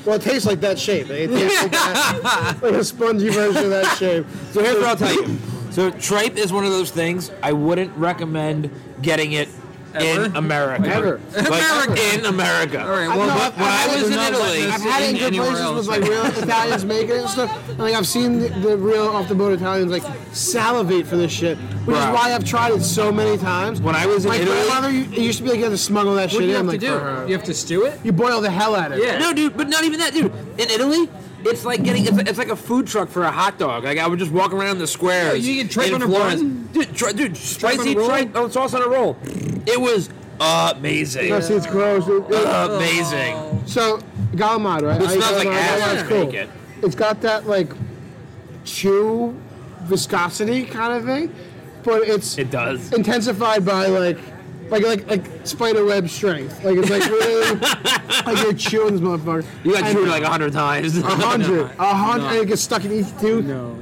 well, it tastes like that shape. It tastes like, that, like a spongy version of that shape.
So here's what I'll tell you. So tripe is one of those things I wouldn't recommend getting it in
Ever?
America.
Ever.
Like,
Ever.
in America. All right.
I've- no, I've- I've
when I
had
was
it
in Italy,
I've had it in good
anywhere
places
else.
with like real Italians making it and stuff. And like I've seen the, the real off the boat Italians like salivate for this shit, which
Bruh.
is why I've tried it so many times.
When I was in
my
Italy-
grandmother u- it used to be like you had to smuggle that
What
shit
do you have
in
to
like
do?
for her.
You have to stew it.
You boil the hell out of it.
Yeah.
No, dude, but not even that, dude. In Italy, it's like getting it's, it's like a food truck for a hot dog. Like I would just walk around the squares.
Yeah, you get tripe
in
on a
Florence.
bun?
dude. Tri- dude,
on a
spicy
roll?
tripe on sauce on a roll. It was amazing.
No, see, it's gross. It- it-
Amazing.
Oh.
So Galamad, right?
It
I used
smells
to
like
love
ass
Galamad,
when
it's
you
cool.
make it.
It's got that like chew viscosity kind of thing, but it's
It does.
intensified by like like like like spider web strength. Like it's like really like you're chewing this motherfucker.
You got
And
chewed like a hundred times.
a hundred, a hundred,
No.
and it gets stuck in each tooth.
No.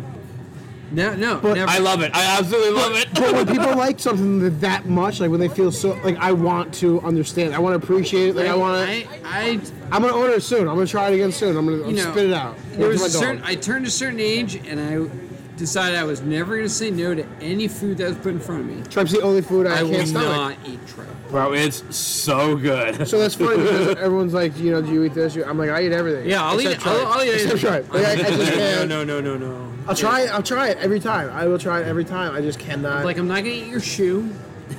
No. No.
But
never.
I love it. I absolutely love
But
it.
when people like something that- that much, like when they feel so, like I want to understand, I want to appreciate it, like I want to.
I, I
I'm gonna order it soon. I'm gonna try it again soon. I'm gonna I'm
you
gonna
know,
spit it out.
There was
Give
a
it to my dog.
certain, I turned a certain age, and I decided I was never going to say no to any food that was put in front of me.
Tripe's the only food I,
I will
can't stomach.
not eat tripe.
Bro, it's so good.
So that's funny because everyone's like, you know, do you eat this? I'm like, I eat everything.
Yeah, I'll eat
except
it. I'll,
tripe.
I'll eat it.
Except tripe. Like, I, I just
no,
can't.
no, no, no, no.
I'll try it. I'll try it every time. I will try it every time. I just cannot.
Like I'm not going to eat your shoe,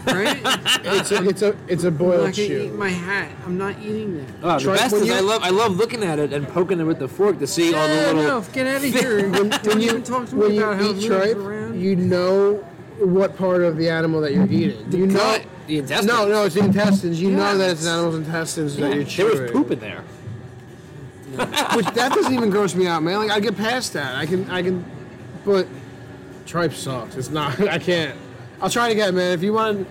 right? I'm
it's a, it's a it's a
not
boiled
going to eat
shoe.
my hat. I'm not eating that.
Oh, the
Tripe,
best
when
is
you-
I love I love looking at it and poking it with the fork to see all the
no,
little.
no, get out of here. when,
When you
even talk to
when
me
you
about how it
eat
moves
tripe,
around.
you know what part of the animal that you're eating. you know
gut, the intestines.
No, no, it's the intestines. You know that
Yes.
it's an animal's intestines that you're
There
chewing.
was poop in there.
Which that doesn't even gross me out, man. Like I get past that. I can I can but tripe sucks. It's not I can't. I'll try it again, man. If you want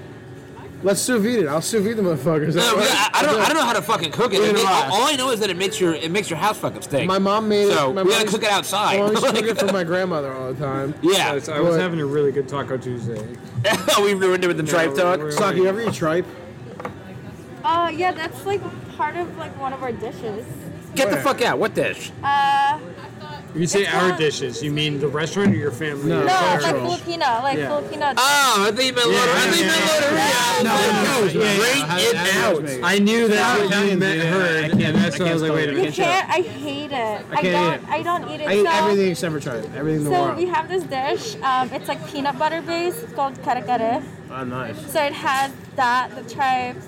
let's sous vide it. I'll sous vide the motherfuckers.
No,
That
I, I
works.
don't. I don't know how to fucking cook it.
Neither
It
do
ma-
I.
all I know is that it makes your it makes your house fucking stink.
My mom made
So,
it. My mom
we gotta
used-
cook it outside.
I always
Like-
cook it for my grandmother all the time.
I
yeah.
was
What?
having a really good Taco Tuesday.
we ruined it with the tripe talk.
we're-
Saki, you ever eat tripe?
Uh, yeah, that's like part of like one of our dishes.
Get the
Where?
fuck out. What dish?
Uh,
If you say
It's
our
not-
dishes, you mean the restaurant or your family?
No.
or
No, like
cultural?
Filipino, like
Yeah.
Filipino.
Oh, I think you meant Lord. I think you meant Lord.
No, no,
Rate it out.
I knew that's what you
Italians,
meant
yeah, I
her,
can't-
and that's
I
why I
can't
was like,
spell
wait a
it.
you
minute.
can't. I hate it. I,
can't eat
don't.
it.
I don't eat it.
I eat
so,
everything except for China. Everything in the
So
world.
we have this dish. Um, it's like peanut butter based. It's called kare kare.
oh, nice.
So it has that, the chives.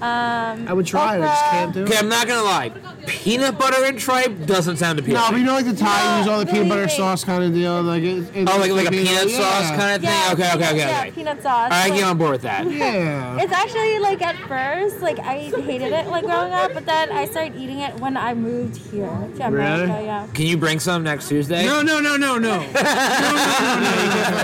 Um,
I would try, I just can't do it.
Okay, I'm not gonna lie. Peanut butter and tripe doesn't sound appealing.
No, but you know, like the Thai
No,
use all the peanut
believe
butter
me.
sauce kind of deal. Like, it, it,
Oh, like like a
yeah.
peanut sauce kind of thing.
Yeah,
okay, okay,
peanut-
okay,
yeah,
okay.
peanut sauce.
All right, I
like-
get on board with that.
Yeah.
It's actually like at first, like I hated it like growing up, but then I started eating it when I moved here to America.
Really?
Yeah.
Can you bring some next Tuesday?
No, no, no, no, no. No, no,
I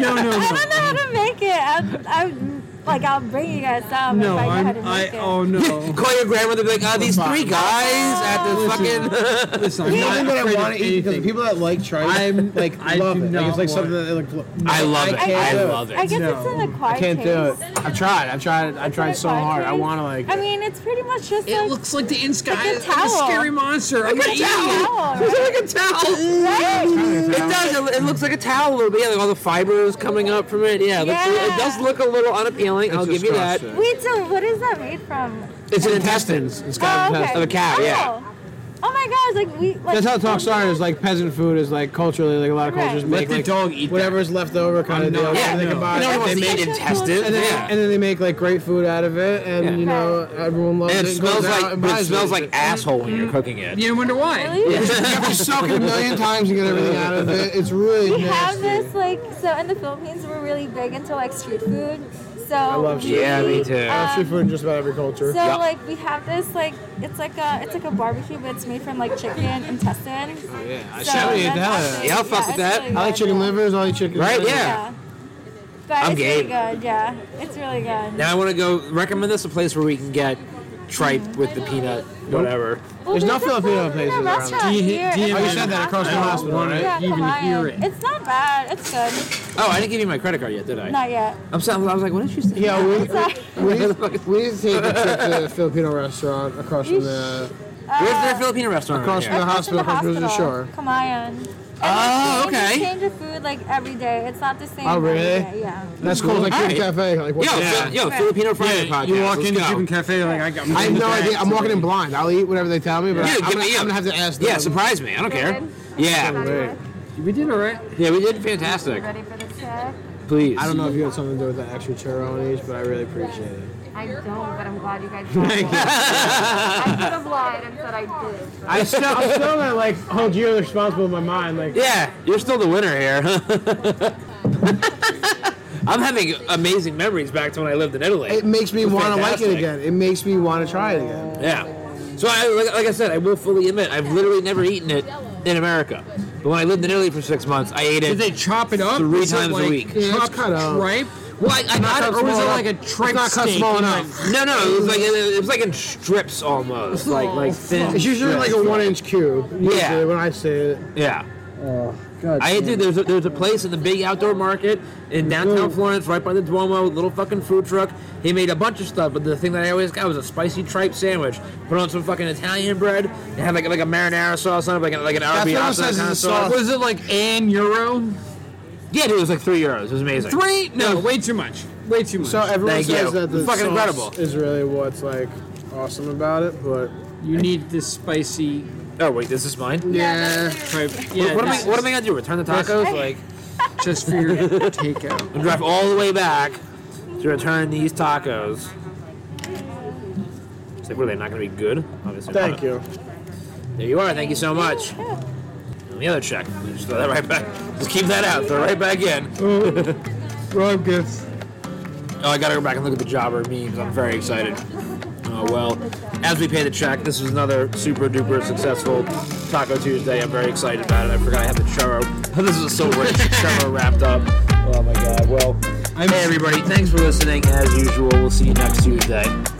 no.
don't know how to make it. I'm, I'm like I'll bring you guys some
No,
if I know how to
I'm, I,
make it.
oh no.
Call your grandmother and be like, oh, these three guys at the
Listen.
fucking.
Listen,
It's
I'm
something
not
that I
afraid of
want to eat because the
anything.
people that like tripe,
I'm-
like
I
love
do
it. Like, it's
not
like
want
something
it.
that like. lo-
I love it.
I
I
can't do
love
I
it.
guess
No.
it's an acquired
I can't do it.
taste.
I've tried. I've tried. I tried
It's
so
an acquired
hard. I
taste.
want to like.
I mean, it's pretty much just
It
like
looks like the inside
Like a
like a
towel.
scary monster. I'm gonna eat it.
towel,
Looks like a towel.
right?
It does. It, it looks like a towel a little bit. Yeah, like all the fibers coming up from it. Yeah, it, looks-
Yeah.
it does look a little unappealing. I'll give you that.
disgusting.
Wait, so what is that made from?
It's an intestines. It's got
Oh, okay.
of a cow.
Oh.
Yeah.
Oh my gosh! Like we. Like,
That's how talk started. Is like peasant food is like culturally like a lot of cultures
Right.
Let
make
the
like
dog eat that.
whatever's left over kind of
I'm
deal.
not-
Yeah,
Yeah.
they
no.
can buy.
No one
They
wants to
make,
eat
Special
intestines.
culture.
and then,
Yeah.
and then they make like great food out of it, and you
Yeah.
know everyone loves
And
it.
it
goes
smells
out
like
and
but it
buys
smells like asshole when you're cooking it.
You wonder why.
Really?
You soak it a million times and get everything out of it. It's really
We
nasty.
have this like so in the Philippines we're really big into like street food. So I
love street
Yeah, me too. I
I love street food in just about every culture.
So
Yep.
like we have this like it's like a it's like a barbecue but it's made from like chicken intestines. Oh yeah, I
shall eat that.
Yeah, I'll fuck with that.
I like chicken livers. I like chicken.
Right? Yeah.
But
I'm
it's
game.
really good, yeah. It's really good.
Now I want to go recommend this a place where we can get tripe with the peanut whatever.
Well,
There's no
a
Filipino
Filipino
places around
restaurant
here. Do you- do
here.
you
It's
even-
in
Oh, you said
that across the
Camayo.
hospital, right?
Yeah,
You even
Camayo.
hear it.
It's not bad. It's good.
Oh, I didn't give you my credit card yet, did I?
Not yet.
I'm sorry. I was like, what did you say?
Yeah, we,
Sorry.
we, we need to take a trip to a Filipino restaurant across from the
Uh,
Where's their Filipino restaurant?
across
right
from the
here?
That's in
hospital, across from the
hospital.
shore.
Come on. And
Oh,
they change-
okay.
They change the food like every day. It's not the same.
Oh, really?
every day, Yeah.
That's called like
Alright.
Cuban Cafe. Like, what
Yo,
the-
Fil- yo, Filipino Friday podcast.
You walk
Let's
into
go.
Cuban cafe like I got.
I have no idea. I'm walking in blind. I'll eat whatever they tell me, but
Yeah,
I'm,
give
gonna,
me- yeah.
I'm gonna have to ask them.
Yeah, surprise me. I don't care.
Good.
Yeah,
We did all right.
yeah, we did fantastic.
Ready for the check?
Please.
I don't know if you had something to do with the extra churro on each, but I really appreciate it.
I don't, but I'm glad you guys. I could have lied and said I did.
I still, I'm still gonna like hold you responsible in my mind. Like,
Yeah, you're still the winner here. I'm having amazing memories back to when I lived in Italy.
it makes me
was
want to like it
fantastic.
again. It makes me want to try it again.
Yeah. So I, like, like I said, I will fully admit I've literally never eaten it in America. But when I lived in Italy for six months, I ate
Did
it.
they chop it up?
Three
Was it,
times a
like,
week.
Yeah, it's
chopped
cut up.
tripe?
Well, I, I got
Or
it.
was it
raw.
like a tripe
not cut
steak?
small
You
enough.
went-
No, no, it was like it was like in strips almost, like like thin.
It's usually like a one-inch cube. Usually
Yeah.
when I see it.
Yeah.
God
I did. There's a, there's a place in the big outdoor market in
Mm.
downtown Florence, right by the Duomo, little fucking food truck. He made a bunch of stuff, but the thing that I always got was a spicy tripe sandwich. Put on some fucking Italian bread and had like like a marinara sauce on it, like an, like an
what it
arrabbiata
says is
kind
the
of sauce.
Was it like an euro?
Yeah, dude, it was like three euros. It was amazing.
Three? No, uh, way too much. Way too much.
So everyone
Thank
says
you.
that the
It's fucking
sauce
incredible.
is really what's like awesome about it, but
you need this spicy.
Oh wait, this is mine.
yeah,
Tripe. Yeah,
what, am I,
this
what am I gonna do? Return the tacos? Like,
is just for your takeout?
and drive all the way back to return these tacos. It's like, what are they not gonna be good? Obviously.
thank
not.
you.
There you are. Thank you so much. And the other check. Just throw that right back. Just keep that out. Throw it right back in.
Rob gifts.
Oh, I gotta go back and look at the jobber memes. I'm very excited. Oh well, as we pay the check, this was another super duper successful Taco Tuesday. I'm very excited about it. I forgot I had the churro. this is so rich churro wrapped up. Oh my god. Well, hey everybody, thanks for listening. As usual, we'll see you next Tuesday.